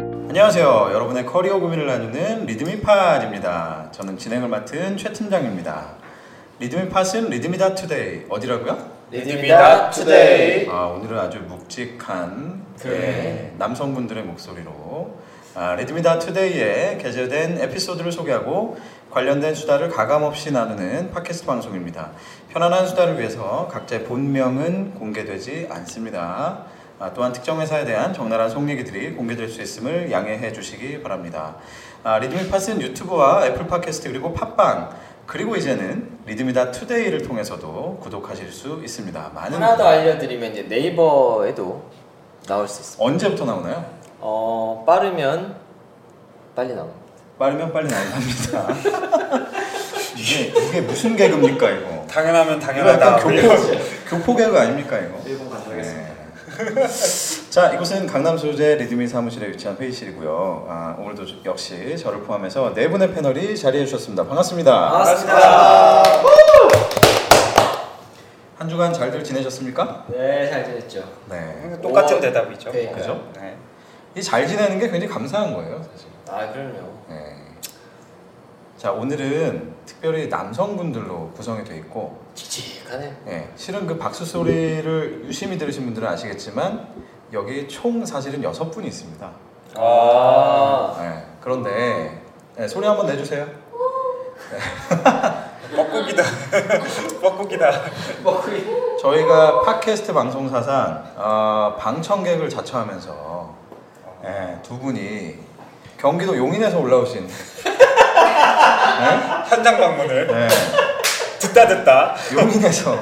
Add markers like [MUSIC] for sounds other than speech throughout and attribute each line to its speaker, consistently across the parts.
Speaker 1: 안녕하세요. 여러분의 커리어 고민을 나누는 리드미팟입니다. 저는 진행을 맡은 최 팀장입니다. 리드미팟은 리드미다 투데이 어디라고요?
Speaker 2: 리드미다 투데이
Speaker 1: 아, 오늘은 아주 묵직한
Speaker 2: 네. 그래.
Speaker 1: 예, 남성분들의 목소리로 아, 리드미다 투데이에 게재된 에피소드를 소개하고 관련된 수다를 가감없이 나누는 팟캐스트 방송입니다. 편안한 수다를 위해서 각자의 본명은 공개되지 않습니다. 아, 또한 특정 회사에 대한 적나라한 속 얘기들이 공개될 수 있음을 양해해 주시기 바랍니다. 아, 리드미팟은 유튜브와 애플 팟캐스트 그리고 팟빵 그리고 이제는 리드미다 투데이를 통해서도 구독하실 수 있습니다. 많은
Speaker 2: 하나 더 알려드리면 이제 네이버에도 나올 수 있습니다.
Speaker 1: 언제부터 나오나요?
Speaker 2: 어 빠르면 빨리 나옵니다.
Speaker 1: 빠르면 빨리 나옵니다. 이게 이게 무슨 개그입니까 이거?
Speaker 3: 당연하면
Speaker 1: 이거 약간
Speaker 3: 당연하다.
Speaker 1: 교포 교포 개그 아닙니까 이거?
Speaker 3: 일본 가져가겠습니다.
Speaker 1: 네. 자, 이곳은 강남 소재 리드미 사무실에 위치한 회의실이고요. 아, 오늘도 저- 역시 저를 포함해서 네 분의 패널이 자리해 주셨습니다. 반갑습니다.
Speaker 2: 반갑습니다.
Speaker 1: 한 주간 잘들 지내셨습니까?
Speaker 2: 네잘 지냈죠.
Speaker 1: 네.
Speaker 3: 똑같은 대답이죠.
Speaker 2: 네.
Speaker 1: 그죠?
Speaker 3: 네.
Speaker 1: 이 잘 지내는 게 굉장히 감사한 거예요, 사실.
Speaker 2: 아 그럼요.
Speaker 1: 네. 자, 오늘은 특별히 남성분들로 구성이 돼 있고
Speaker 2: 칙칙하네요.
Speaker 1: 예, 실은 그 박수 소리를 유심히 들으신 분들은 아시겠지만 여기 총 사실은 여섯 분이 있습니다.
Speaker 2: 아
Speaker 1: 예, 그런데 예, 소리 한번 내주세요.
Speaker 3: 뻐꾸기다. [LAUGHS] 뻐꾸기다.
Speaker 2: 먹구이.
Speaker 1: 저희가 팟캐스트 방송 사상 어, 방청객을 자처하면서 예, 두 분이 경기도 용인에서 올라오신
Speaker 3: 현장 방문을
Speaker 1: 예, [LAUGHS]
Speaker 3: 듣다 듣다.
Speaker 1: 용인에서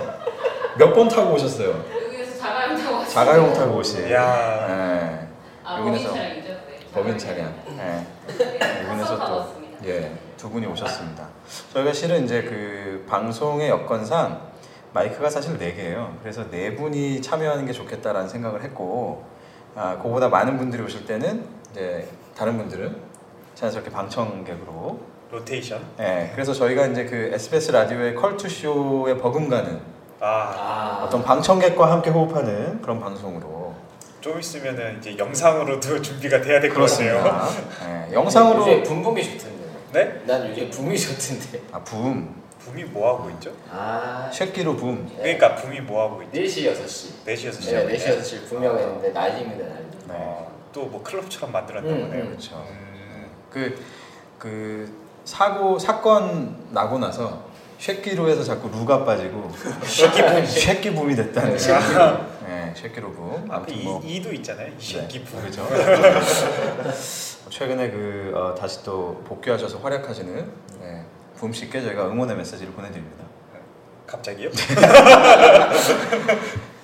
Speaker 1: 몇 번 타고 오셨어요.
Speaker 4: 여기에서 자가용 타고 왔어요.
Speaker 1: 자가용 타고 오신
Speaker 3: 이야.
Speaker 1: 예,
Speaker 4: 아,
Speaker 1: 용인에서
Speaker 4: 법인 차량이죠. 네,
Speaker 1: 법인
Speaker 4: 자가용.
Speaker 1: 차량. 예.
Speaker 4: 네,
Speaker 1: 여기서
Speaker 4: 타고
Speaker 1: 또
Speaker 4: 왔습니다.
Speaker 1: 예, 두 분이 오셨습니다. 저희가 실은 이제 그 방송의 여건상 마이크가 사실 네 개예요. 그래서 네 분이 참여하는 게 좋겠다라는 생각을 했고, 아, 그보다 많은 분들이 오실 때는 이제 다른 분들은 자연스럽게 방청객으로.
Speaker 3: 로테이션.
Speaker 1: 예, 그래서 저희가 이제 그 SBS 라디오의 컬투 쇼에 버금가는
Speaker 3: 아,
Speaker 2: 아
Speaker 1: 어떤 방청객과 함께 호흡하는 그런 방송으로.
Speaker 3: 좀 있으면은 이제 영상으로도 [LAUGHS] 준비가 돼야 될 것 같네요.
Speaker 1: 예, 영상으로
Speaker 4: 네,
Speaker 2: 요새 붐붐이 좋던데.
Speaker 3: 네?
Speaker 2: 난 요새 붐이 좋던데.
Speaker 1: 아 붐,
Speaker 3: 붐이 뭐 하고 있죠?
Speaker 2: 아
Speaker 1: 쉐끼로 붐.
Speaker 3: 그러니까 붐이 뭐 하고
Speaker 1: 네.
Speaker 3: 있죠?
Speaker 2: 4시 6시.
Speaker 3: 4시에서
Speaker 2: 네,
Speaker 3: 시작했네.
Speaker 2: 4시 6시 분명 했는데 날입니다 날.
Speaker 1: 네.
Speaker 3: 어, 또뭐 클럽처럼 만들었나
Speaker 2: 음,
Speaker 3: 보네요.
Speaker 2: 음.
Speaker 1: 그렇죠.
Speaker 3: 음.
Speaker 1: 그, 그 사고 사건 나고 나서 쉐키로에서 자꾸 루가 빠지고
Speaker 3: 쉐끼붐. 네.
Speaker 1: 쉐키 붐이 됐다는
Speaker 2: 쉐끼
Speaker 3: 붐.
Speaker 1: 네, 쉐키로 붐.
Speaker 3: 아, 앞에
Speaker 1: 아무튼 뭐
Speaker 3: 이, 이도 있잖아요. 이 새끼
Speaker 1: 네,
Speaker 3: 붐.
Speaker 1: 그죠. [LAUGHS] 최근에 그 어, 다시 또 복귀하셔서 활약하시는 네, 붐 씨께 저희가 응원의 메시지를 보내드립니다.
Speaker 3: 갑자기요?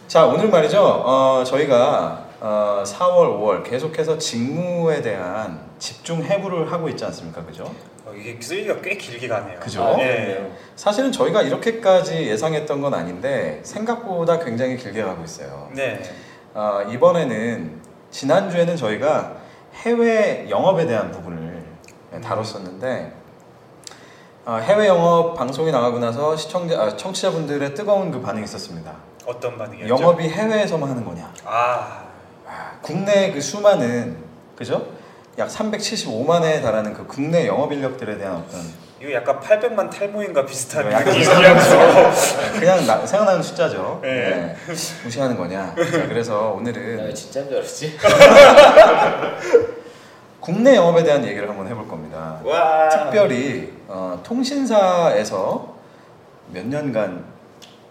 Speaker 1: 자 오늘 말이죠 어, 저희가 어, 4월 5월 계속해서 직무에 대한 집중 해부를 하고 있지 않습니까 그죠?
Speaker 3: 어, 이게 쓰기가 꽤 길게 가네요.
Speaker 1: 그죠?
Speaker 2: 아,
Speaker 3: 네.
Speaker 2: 그렇네요.
Speaker 1: 사실은 저희가 이렇게까지 예상했던 건 아닌데 생각보다 굉장히 길게 가고 있어요.
Speaker 3: 네.
Speaker 1: 아, 이번에는 지난 주에는 저희가 해외 영업에 대한 부분을 예, 다뤘었는데 아, 해외 영업 방송이 나가고 나서 시청자 아, 청취자분들의 뜨거운 그 반응이 있었습니다.
Speaker 3: 어떤 반응이었죠?
Speaker 1: 영업이 해외에서만 하는 거냐?
Speaker 3: 아,
Speaker 1: 아, 국내 그 수많은 그죠? 약 375만에 달하는 그 국내 영업 인력들에 대한 어떤
Speaker 3: 이거 약간 800만 탈모인과 비슷한
Speaker 1: 약간
Speaker 3: 느낌이어서
Speaker 1: 그냥 나- 생각나는 숫자죠.
Speaker 3: 예.
Speaker 1: 예. 무시하는 거냐. 자, 그래서 오늘은
Speaker 2: 나 진짜인 줄 알았지.
Speaker 1: 국내 영업에 대한 얘기를 한번 해볼 겁니다.
Speaker 3: [LAUGHS] 와
Speaker 1: 특별히 어, 통신사에서 몇 년간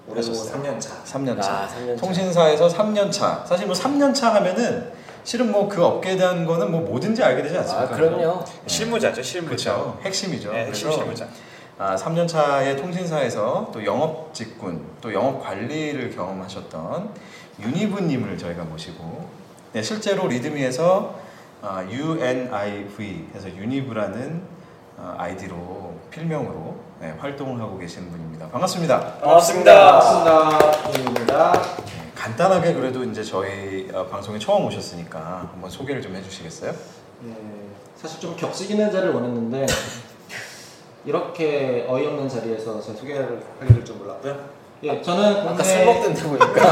Speaker 2: 올해
Speaker 1: 하셨어요?
Speaker 2: 3년 차.
Speaker 1: 3년 차.
Speaker 2: 아, 3년 차.
Speaker 1: 통신사에서 3년 차. 사실 뭐 3년 차 하면은 실은 뭐 그 업계에 대한 거는 뭐 뭐든지 알게 되지
Speaker 2: 아,
Speaker 1: 않습니까?
Speaker 2: 그럼요.
Speaker 3: 실무자죠 실무자
Speaker 1: 그렇죠. 핵심이죠.
Speaker 3: 네, 핵심
Speaker 1: 그래서
Speaker 3: 실무자
Speaker 1: 아, 3년 차의 통신사에서 또 영업 직군, 또 영업 관리를 경험하셨던 유니브님을 저희가 모시고 네, 실제로 리드미에서 아, UNIV 해서 유니브라는 아, 아이디로 필명으로 네, 활동을 하고 계시는 분입니다. 반갑습니다.
Speaker 3: 반갑습니다
Speaker 2: 반갑습니다.
Speaker 1: 네, 간단하게 그래도 이제 저희 어, 방송에 처음 오셨으니까 한번 소개를 좀 해주시겠어요?
Speaker 5: 네,
Speaker 6: 예,
Speaker 5: 사실 좀 격식있는 자리를 원했는데 이렇게 어이없는 자리에서 제 소개를 하기를 좀 몰랐고요.
Speaker 6: 예, 저는
Speaker 2: 아까 술 먹던 데 보니까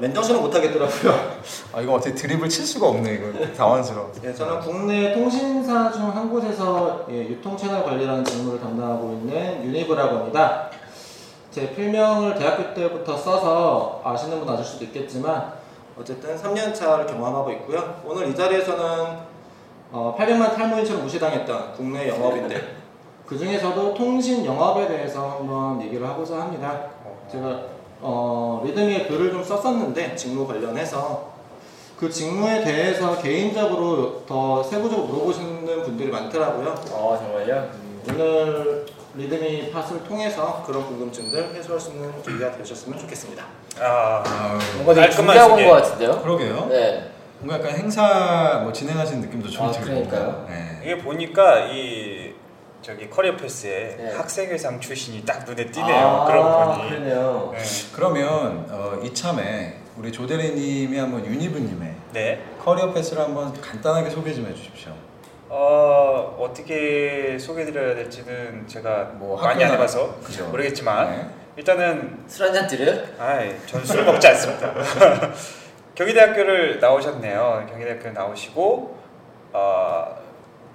Speaker 6: 랜덤쇼는 못 하겠더라고요.
Speaker 1: 아 이거 어떻게 드립을 칠 수가 없네 이거 당황스러워.
Speaker 6: [LAUGHS] 예, 저는 국내 통신사 중 한 곳에서 예, 유통 채널 관리라는 직무를 담당하고 있는 유니브라고 합니다. 제 필명을 대학교 때부터 써서 아시는 분 아실 수도 있겠지만 어쨌든 3년 차를 경험하고 있고요. 오늘 이 자리에서는 어, 800만 탈모인처럼 무시당했던 국내 영업인들
Speaker 2: [LAUGHS]
Speaker 6: 그 중에서도 통신 영업에 대해서 한번 얘기를 하고자 합니다. 제가 어, 리드미의 글을 좀 썼었는데 직무 관련해서 그 직무에 대해서 개인적으로 더 세부적으로 물어보시는 분들이 많더라고요. 음.
Speaker 2: 어 정말요?
Speaker 6: 오늘 리드미 팟을 통해서 그런 궁금증들 해소할 수 있는 준비가 되셨으면 좋겠습니다.
Speaker 3: 아
Speaker 1: 아
Speaker 2: 뭔가 되게
Speaker 3: 깔끔한
Speaker 2: 준비하고 온
Speaker 3: 소개.
Speaker 2: 것 같은데요?
Speaker 1: 그러게요.
Speaker 2: 네
Speaker 1: 뭔가 약간 행사 뭐 진행하시는 느낌도 좀
Speaker 2: 아,
Speaker 1: 들고.
Speaker 2: 그러니까요.
Speaker 1: 네.
Speaker 3: 이게 보니까 이 저기 커리어 패스에
Speaker 2: 네.
Speaker 3: 학생회장 출신이 딱 눈에 띄네요.
Speaker 2: 아,
Speaker 3: 그런 분이.
Speaker 2: 그러네요
Speaker 1: 그러면 어, 이참에 우리 조대리님이 한번 유니브님의
Speaker 3: 네.
Speaker 1: 커리어 패스를 한번 간단하게 소개 좀 해주십시오.
Speaker 3: 어 어떻게 소개드려야 될지는 제가
Speaker 1: 뭐
Speaker 3: 많이 안
Speaker 1: 학교나- 네.
Speaker 3: 해봐서
Speaker 1: 그죠.
Speaker 3: 모르겠지만 일단은
Speaker 2: 술 한잔 드려요?
Speaker 3: 아이 전술 먹지 않습니다. [LAUGHS] 경희대학교를 나오셨네요. 경희대학교 나오시고 어,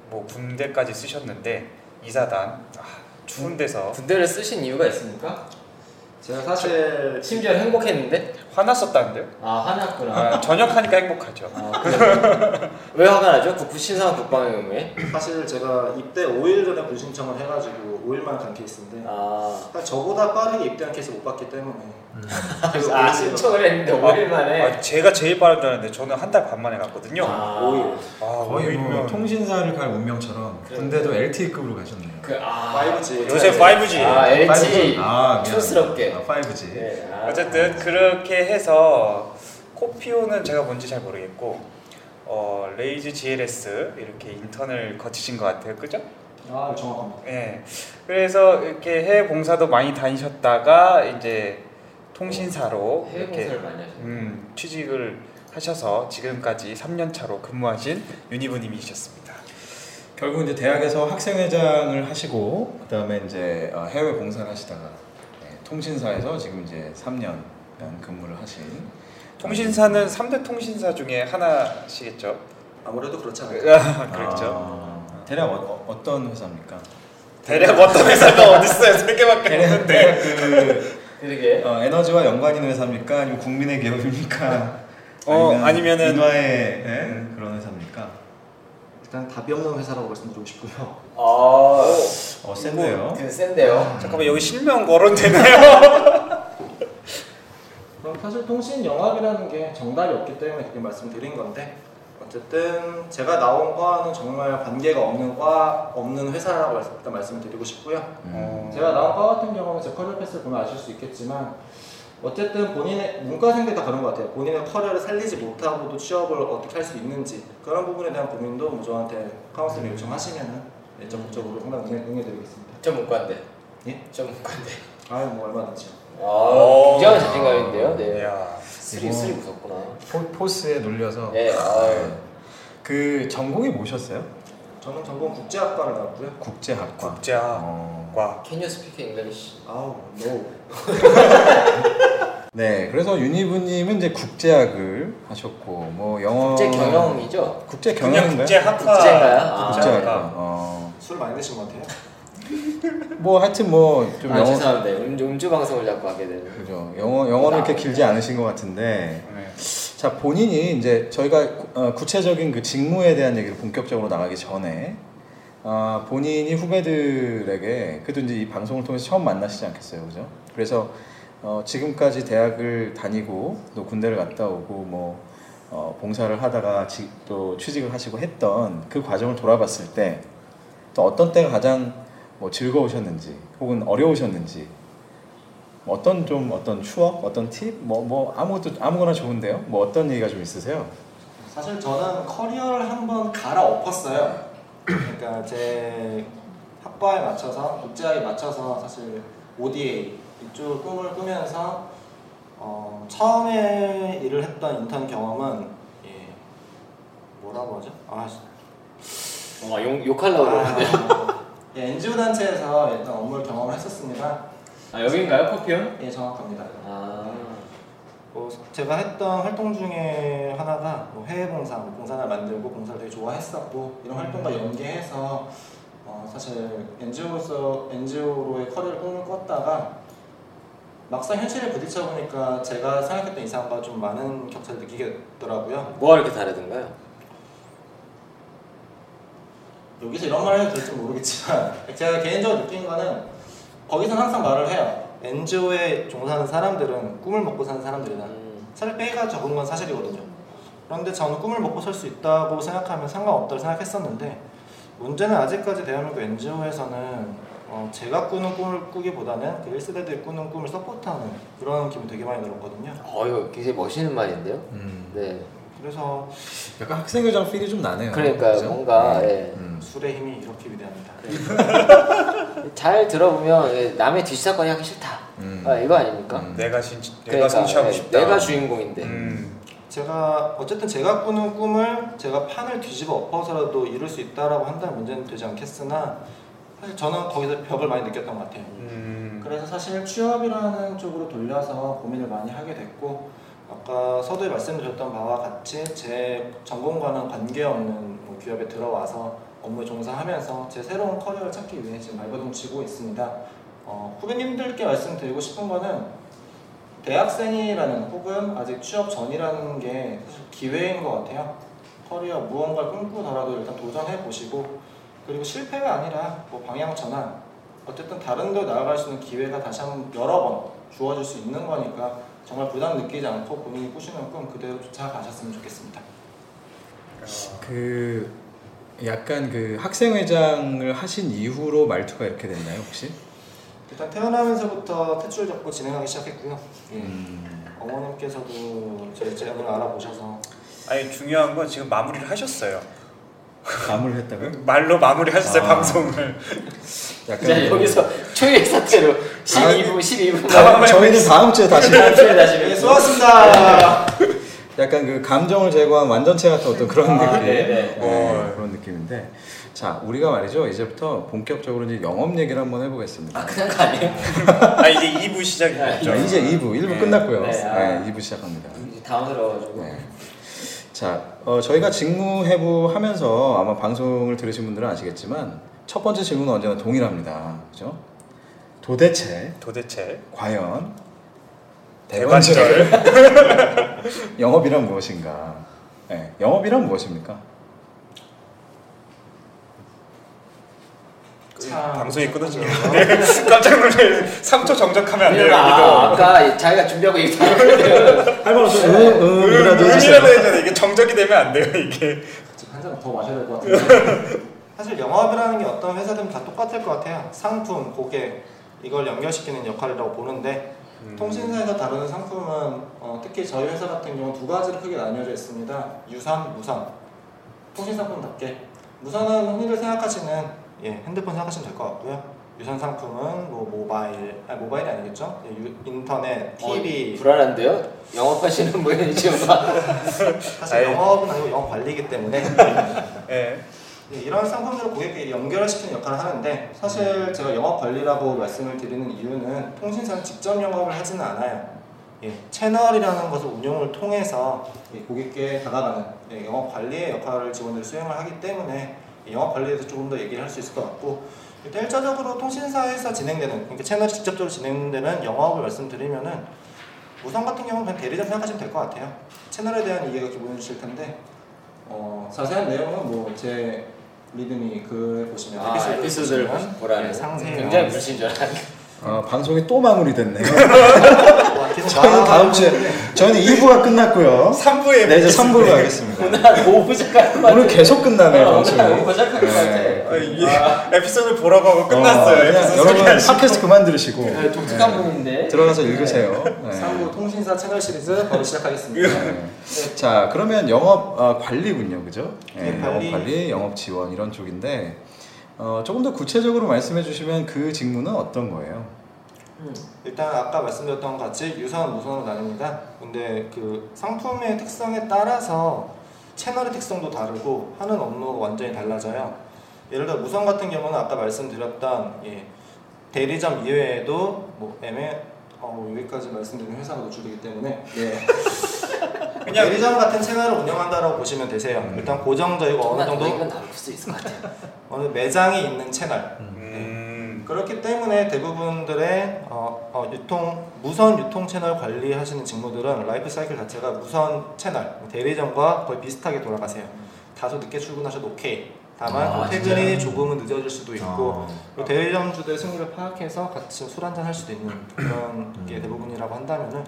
Speaker 3: 아뭐 군대까지 쓰셨는데 이사단 아, 추운 데서
Speaker 2: 군대를 쓰신 이유가 있습니까?
Speaker 6: 제가 사실
Speaker 2: 심지어 행복했는데?
Speaker 3: 화났었다는데요?
Speaker 2: 아 화났구나
Speaker 3: 아, 전역하니까 행복하죠.
Speaker 2: 아, 그래요? 왜 화가 나죠? 그 신성한 국방의 의무에?
Speaker 6: 사실 제가 입대 5일 전에 불신청을 해가지고 5일만 간 케이스인데
Speaker 2: 아,
Speaker 6: 저보다 빠르게 입대한 케이스 못 봤기 때문에 계속
Speaker 2: 아
Speaker 6: 오일
Speaker 2: 신청을 했는데 5일 만에
Speaker 3: 아, 제가 제일 빠른 줄 알았는데 저는 한 달 반 만에 갔거든요.
Speaker 2: 아,
Speaker 6: 오일.
Speaker 3: 아,
Speaker 1: 거의 뭐
Speaker 3: 오히려
Speaker 1: 통신사를 갈 운명처럼
Speaker 2: 그래.
Speaker 1: 군대도 LTE급으로 가셨네요.
Speaker 2: 네. 그, 아,
Speaker 6: 5G.
Speaker 3: 요새 5G.
Speaker 2: 아, LG.
Speaker 1: 5G. 아, 미안.
Speaker 2: 촌스럽게.
Speaker 1: 아, 5G.
Speaker 2: 네, 아.
Speaker 3: 어쨌든 그렇게 해서 코피오는 제가 뭔지 잘 모르겠고 어, 레이즈 GLS 이렇게 인턴을 거치신 것 같아요. 그죠?
Speaker 6: 아 정확합니다.
Speaker 3: 예. 그래서 이렇게 해외 봉사도 많이 다니셨다가 이제 통신사로
Speaker 2: 어, 해외
Speaker 3: 이렇게
Speaker 2: 공사를 아, 많이 하셨네요
Speaker 3: 음, 취직을 하셔서 지금까지 3년 차로 근무하신 유니브님이셨습니다.
Speaker 1: 결국 이제 대학에서 학생회장을 하시고 그다음에 이제 어, 해외 봉사를 하시다가 네, 통신사에서 지금 이제 3년 근무를 하신
Speaker 3: 통신사는 3대 통신사 중에 하나시겠죠? [LAUGHS]
Speaker 6: 아무래도 그렇잖아요.
Speaker 2: 네.
Speaker 3: 그렇죠.
Speaker 1: 아, 대략 어, 어, 떤 회사입니까?
Speaker 3: 대략 어떤 회사가 어딨어요? 세 개밖에 없는데.
Speaker 2: 그러게
Speaker 1: 어, 에너지와 연관 있는 회사입니까? 아니면 국민의 기업입니까?
Speaker 3: 어,
Speaker 1: 아니면
Speaker 3: 아니면은-
Speaker 1: 인화의 예? 그런 회사입니까?
Speaker 6: 일단 답이 없는 회사라고 말씀드리고 싶고요.
Speaker 2: 아,
Speaker 1: 어
Speaker 3: 뭐,
Speaker 1: 센데요.
Speaker 3: 네,
Speaker 2: 그 센데요
Speaker 3: 잠깐만 여기
Speaker 1: [LAUGHS]
Speaker 3: 실명 거론되나요?
Speaker 6: 그럼 사실 통신 영업이라는 게 정답이 없기 때문에 그렇게 말씀드린 건데 어쨌든 제가 나온 과는 정말 관계가 없는 과 없는 회사라고 말- 일단 말씀드리고 싶고요. 어,
Speaker 1: 음.
Speaker 6: 제가 나온 과 같은 경우는 제 커리어 패스를 보면 아실 수 있겠지만 어쨌든 본인의 문과생들 다 그런 것 같아요. 본인의 커리어를 살리지 못하고도 취업을 어떻게 할 수 있는지 그런 부분에 대한 고민도 뭐 저한테 카운슬링 요청하시면은 예, 적극적으로 상담 응해- 응해드리겠습니다.
Speaker 2: 저 문과인데
Speaker 6: 예?
Speaker 2: 저 문과인데
Speaker 6: 아유 뭐 얼마든지요.
Speaker 2: 아, 굉장한 자신감인데요 네
Speaker 3: 이야.
Speaker 2: 술이
Speaker 1: 이거-
Speaker 2: 술이 무섭구나
Speaker 1: 포, 포스에 눌려서
Speaker 2: 네, 아유.
Speaker 1: 그 전공이 뭐셨어요?
Speaker 6: 저는 전공 국제학과를 나왔고요.
Speaker 1: 국제학과.
Speaker 3: 국제학과.
Speaker 1: 어.
Speaker 2: Can you speak English?
Speaker 6: 아우, 노.
Speaker 1: 네, 그래서 유니브님은 이제 국제학을 하셨고 뭐 영어
Speaker 2: 국제 경영이죠?
Speaker 1: 국제
Speaker 3: 그냥
Speaker 1: 경영인가요?
Speaker 3: 국제학과.
Speaker 2: 국제인가요? 아.
Speaker 1: 국제학과. 어.
Speaker 6: 술 많이 드신 것 같아요.
Speaker 1: 뭐 하여튼 뭐좀
Speaker 2: 아
Speaker 1: 영어
Speaker 2: 죄송합니다 음주, 음주 방송을 자꾸 하게 되는
Speaker 1: 그죠. 영어 영어는
Speaker 2: 아,
Speaker 1: 이렇게
Speaker 2: 네.
Speaker 1: 길지 않으신 것 같은데
Speaker 3: 네.
Speaker 1: 자 본인이 이제 저희가 구- 어, 구체적인 그 직무에 대한 얘기를 본격적으로 나가기 전에 아, 본인이 후배들에게 그래도 이제 이 방송을 통해서 처음 만나시지 않겠어요, 그죠? 그래서 어, 지금까지 대학을 다니고 또 군대를 갔다 오고 뭐 어, 봉사를 하다가 지- 또 취직을 하시고 했던 그 과정을 돌아봤을 때 또 어떤 때가 가장 뭐 즐거우셨는지 혹은 어려우셨는지 어떤 좀 어떤 추억, 어떤 팁, 뭐 뭐 아무것도 아무거나 좋은데요. 뭐 어떤 얘기가 좀 있으세요?
Speaker 6: 사실 저는 커리어를 한번 갈아엎었어요. 그러니까 제 학과에 맞춰서 국제학에 맞춰서 사실 ODA 이쪽 꿈을 꾸면서 어, 처음에 일을 했던 인턴 경험은 예, 뭐라고 하죠? 아,
Speaker 2: 와 어, 욕, 욕하려고 그러는데
Speaker 6: 아, 예, NGO 단체에서 일단 업무를 경험을 했었습니다.
Speaker 2: 아 여긴가요 커피온?
Speaker 6: 예, 정확합니다.
Speaker 2: 아
Speaker 6: 뭐 제가 했던 활동 중에 하나가 뭐 해외 봉사, 뭐 봉사를 만들고 봉사를 되게 좋아했었고 이런 활동과 연계해서 어, 사실 NGO로서 NGO로의 커리어를 꿈을 꿨다가 막상 현실에 부딪혀 보니까 제가 생각했던 이상과 좀 많은 격차를 느끼겠더라고요.
Speaker 2: 뭐가 이렇게 다르던가요?
Speaker 6: 여기서 이런 말을 해도 될지 모르겠지만 [LAUGHS] 제가 개인적으로 느낀 거는 거기서 항상 말을 해요. NGO에 종사하는 사람들은 꿈을 먹고 사는 사람들이다.
Speaker 2: 음.
Speaker 6: 차라리 빼가 적은 건 사실이거든요. 그런데 저는 꿈을 먹고 살 수 있다고 생각하면 상관없다고 생각했었는데 문제는 아직까지 대한민국 NGO에서는 어, 제가 꾸는 꿈을 꾸기보다는 그 1세대들이 꾸는 꿈을 서포트하는 그런 느낌이 되게 많이 들었거든요.
Speaker 2: 어 이거 굉장히 멋있는 말인데요.
Speaker 1: 음,
Speaker 2: 네.
Speaker 6: 그래서
Speaker 1: 약간 학생회장 필이 좀 나네요.
Speaker 2: 그러니까
Speaker 1: 그죠?
Speaker 2: 뭔가
Speaker 1: 네.
Speaker 2: 예.
Speaker 1: 음.
Speaker 6: 술의 힘이 이렇게 위대합니다.
Speaker 2: 잘 들어보면 예, 남의 뒷사건이 하기 싫다.
Speaker 1: 음.
Speaker 2: 아, 이거 아닙니까?
Speaker 1: 음.
Speaker 3: 내가 신 내가
Speaker 2: 그러니까,
Speaker 3: 성취하고
Speaker 2: 예,
Speaker 3: 싶다.
Speaker 2: 내가 주인공인데.
Speaker 3: 음,
Speaker 6: 제가 어쨌든 제가 꾸는 꿈을 제가 판을 뒤집어 엎어서라도 이룰 수 있다라고 한다면 문제는 되지 않겠으나 사실 저는 거기서 벽을 많이 느꼈던 것 같아요.
Speaker 3: 음,
Speaker 6: 그래서 사실 취업이라는 쪽으로 돌려서 고민을 많이 하게 됐고 아까 서두에 말씀드렸던 바와 같이 제 전공과는 관계없는 뭐 기업에 들어와서 업무에 종사하면서 제 새로운 커리어를 찾기 위해 지금 발버둥치고 있습니다. 어, 후배님들께 말씀드리고 싶은 거는 대학생이라는 혹은 아직 취업 전이라는 게 사실 기회인 것 같아요. 커리어 무언가를 꿈꾸더라도 일단 도전해 보시고 그리고 실패가 아니라 뭐 방향 전환 어쨌든 다른 데 나아갈 수 있는 기회가 다시 한 번 여러 번 주어질 수 있는 거니까 정말 부담 느끼지 않고 본인이 꾸시는 꿈 그대로 쫓아가셨으면 좋겠습니다.
Speaker 1: 그 약간 그 학생회장을 하신 이후로 말투가 이렇게 됐나요 혹시?
Speaker 6: 일단 태어나면서부터 퇴출 잡고 진행하기 시작했고요. 예.
Speaker 1: 음.
Speaker 6: 어머님께서도 제 재능을 알아보셔서
Speaker 3: 아니 중요한 건 지금 마무리를 하셨어요.
Speaker 1: 감을 했다고요?
Speaker 3: 말로 마무리하셨어요
Speaker 1: 아.
Speaker 3: 방송을.
Speaker 1: 네.
Speaker 2: 자 여기서 초유의 사태로 12분 12분 [LAUGHS]
Speaker 1: 다음, 그 저희는 다음 주에 다시 [LAUGHS]
Speaker 2: 초유의 다시
Speaker 6: 예,
Speaker 2: 뵙겠습니다.
Speaker 6: 수고하셨습니다.
Speaker 1: 약간 그 감정을 제거한 완전체 같은 어떤 그런
Speaker 2: 아,
Speaker 1: 느낌
Speaker 2: 네네.
Speaker 1: 네, 그런 느낌인데 자 우리가 말이죠 이제부터 본격적으로 이제 영업 얘기를 한번 해보겠습니다.
Speaker 2: 아 그냥 거 아니에요?
Speaker 3: 아 이제 2부 시작이죠.
Speaker 1: 자, 아, 이제 2부 1부 끝났고요.
Speaker 2: 네, 아.
Speaker 1: 네, 2부 시작합니다.
Speaker 2: 이제 당황스러워가지고
Speaker 1: 네. 자, 어, 저희가 직무해부 하면서 아마 방송을 들으신 분들은 아시겠지만 첫 번째 질문은 언제나 동일합니다. 그죠? 도대체
Speaker 3: 도대체
Speaker 1: 과연 대관절
Speaker 3: 대관절
Speaker 1: 영업이란 무엇인가? 네, 영업이란 무엇입니까?
Speaker 6: 참.
Speaker 3: 방송이 끊어져요.
Speaker 1: 아.
Speaker 3: 네, 깜짝 놀래. 3초 정적하면 안 돼요.
Speaker 2: 아,
Speaker 3: 여기도.
Speaker 2: 아까 자기가 준비하고 있다고
Speaker 1: 할말 없어요. 응, 응이라도 해주세요.
Speaker 3: 음이라도 해야 이게 정적이 되면 안 돼요 이게.
Speaker 6: 한잔 더 마셔야 될 것 같은데. [LAUGHS] 사실 영업이라는 게 어떤 회사든 다 똑같을 것 같아요. 상품, 고객 이걸 연결시키는 역할이라고 보는데 통신사에서 다루는 상품은 어, 특히 저희 회사 같은 경우 두 가지로 크게 나뉘어져 있습니다. 유선, 무선. 통신 상품답게 무선은 흔히들 생각하시는 예, 핸드폰 생각하시면 될 것 같고요. 유선 상품은 뭐 모바일, 아니 모바일이 아니겠죠? 예, 유- 인터넷, TV,
Speaker 2: 어, 불안한데요? 영업하시는 분이 지금 막
Speaker 6: 사실
Speaker 3: 아예.
Speaker 6: 영업은 아니고 영업 관리이기 때문에
Speaker 3: 음. 예.
Speaker 6: 네, 이런 상품들을 고객에게 연결을 시키는 역할을 하는데 사실 제가 영업 관리라고 말씀을 드리는 이유는 통신사는 직접 영업을 하지는 않아요. 예, 채널이라는 것을 운영을 통해서 이 고객께 다가가는 예, 영업 관리의 역할을 직원들이 수행을 하기 때문에 이 영업 관리에 대해서 조금 더 얘기를 할 수 있을 것 같고 일단 일차적으로 통신사에서 진행되는 그러니까 채널이 직접적으로 진행되는 영업을 말씀드리면은 우선 같은 경우는 그냥 대리점 생각하시면 될 것 같아요. 채널에 대한 이해가 기본해 주실 텐데 어, 자세한 내용은 뭐 제 리듬이 그 보시면
Speaker 2: 아, 에피소드를 보시- 보라는
Speaker 6: 예, 상세히
Speaker 2: 굉장히 불친절한
Speaker 1: 어, 방송이 또 마무리됐네요.
Speaker 6: 와, 계속
Speaker 1: 저희는 [LAUGHS] 다음
Speaker 6: 나아가고
Speaker 1: 주에
Speaker 6: 있는데.
Speaker 1: 저희는 2부가 끝났고요.
Speaker 3: 3부에
Speaker 1: 네, 이제 3부로 가겠습니다.
Speaker 2: 오늘 오후 작가는
Speaker 1: 오늘 계속 끝나네요, 방송이.
Speaker 2: 오후 작가는
Speaker 1: 네.
Speaker 2: 맞아요.
Speaker 3: 에피소드 보라고 하고 끝났어요.
Speaker 1: 어, 그냥
Speaker 3: 에피소드
Speaker 1: 여러분
Speaker 3: 소개하시-
Speaker 1: 팟캐스트 그만 들으시고
Speaker 2: 독특한
Speaker 1: 네.
Speaker 2: 분인데
Speaker 1: 들어가서
Speaker 3: [LAUGHS]
Speaker 1: 읽으세요. 네.
Speaker 6: 상부 통신사 채널 시리즈
Speaker 2: [LAUGHS]
Speaker 6: 바로 시작하겠습니다.
Speaker 1: 네. 자 그러면 영업 어, 관리군요, 그죠?
Speaker 6: 네,
Speaker 1: 예,
Speaker 6: 관리.
Speaker 1: 영업 관리, 영업 지원 이런 쪽인데 어, 조금 더 구체적으로 말씀해주시면 그 직무는 어떤 거예요?
Speaker 6: 일단 아까 말씀드렸던 것 같이 유선, 무선으로 나뉩니다. 근데 그 상품의 특성에 따라서 채널의 특성도 다르고 하는 업무가 완전히 달라져요. 예를 들어 무선 같은 경우는 아까 말씀드렸던 예, 대리점 이외에도 뭐 애매 어, 뭐 여기까지 말씀드리는 회사가 노출되기 때문에 예.
Speaker 3: [LAUGHS] 그냥-
Speaker 6: 대리점 같은 채널을 운영한다라고 보시면 되세요. 일단 고정적이고 뭐
Speaker 2: 정말
Speaker 6: 어느
Speaker 2: 더
Speaker 6: 정도
Speaker 2: 네. 뭐 이건 나올 수 있을 것 같아요.
Speaker 6: 어느 매장이 있는 채널
Speaker 3: 음,
Speaker 6: 그렇기 때문에 대부분들의 어, 어, 유통 무선 유통 채널 관리하시는 직무들은 라이프 사이클 자체가 무선 채널 뭐 대리점과 거의 비슷하게 돌아가세요. 다소 늦게 출근하셔도 오케이. 다만 그
Speaker 2: 아,
Speaker 6: 퇴근이
Speaker 2: 진짜요? 아.
Speaker 6: 조금은 늦어질 수도 있고 그리고 대리점주들의 승률을 파악해서 같이 술 한잔 할 수도 있는 그런
Speaker 2: 음.
Speaker 6: 게 대부분이라고 한다면은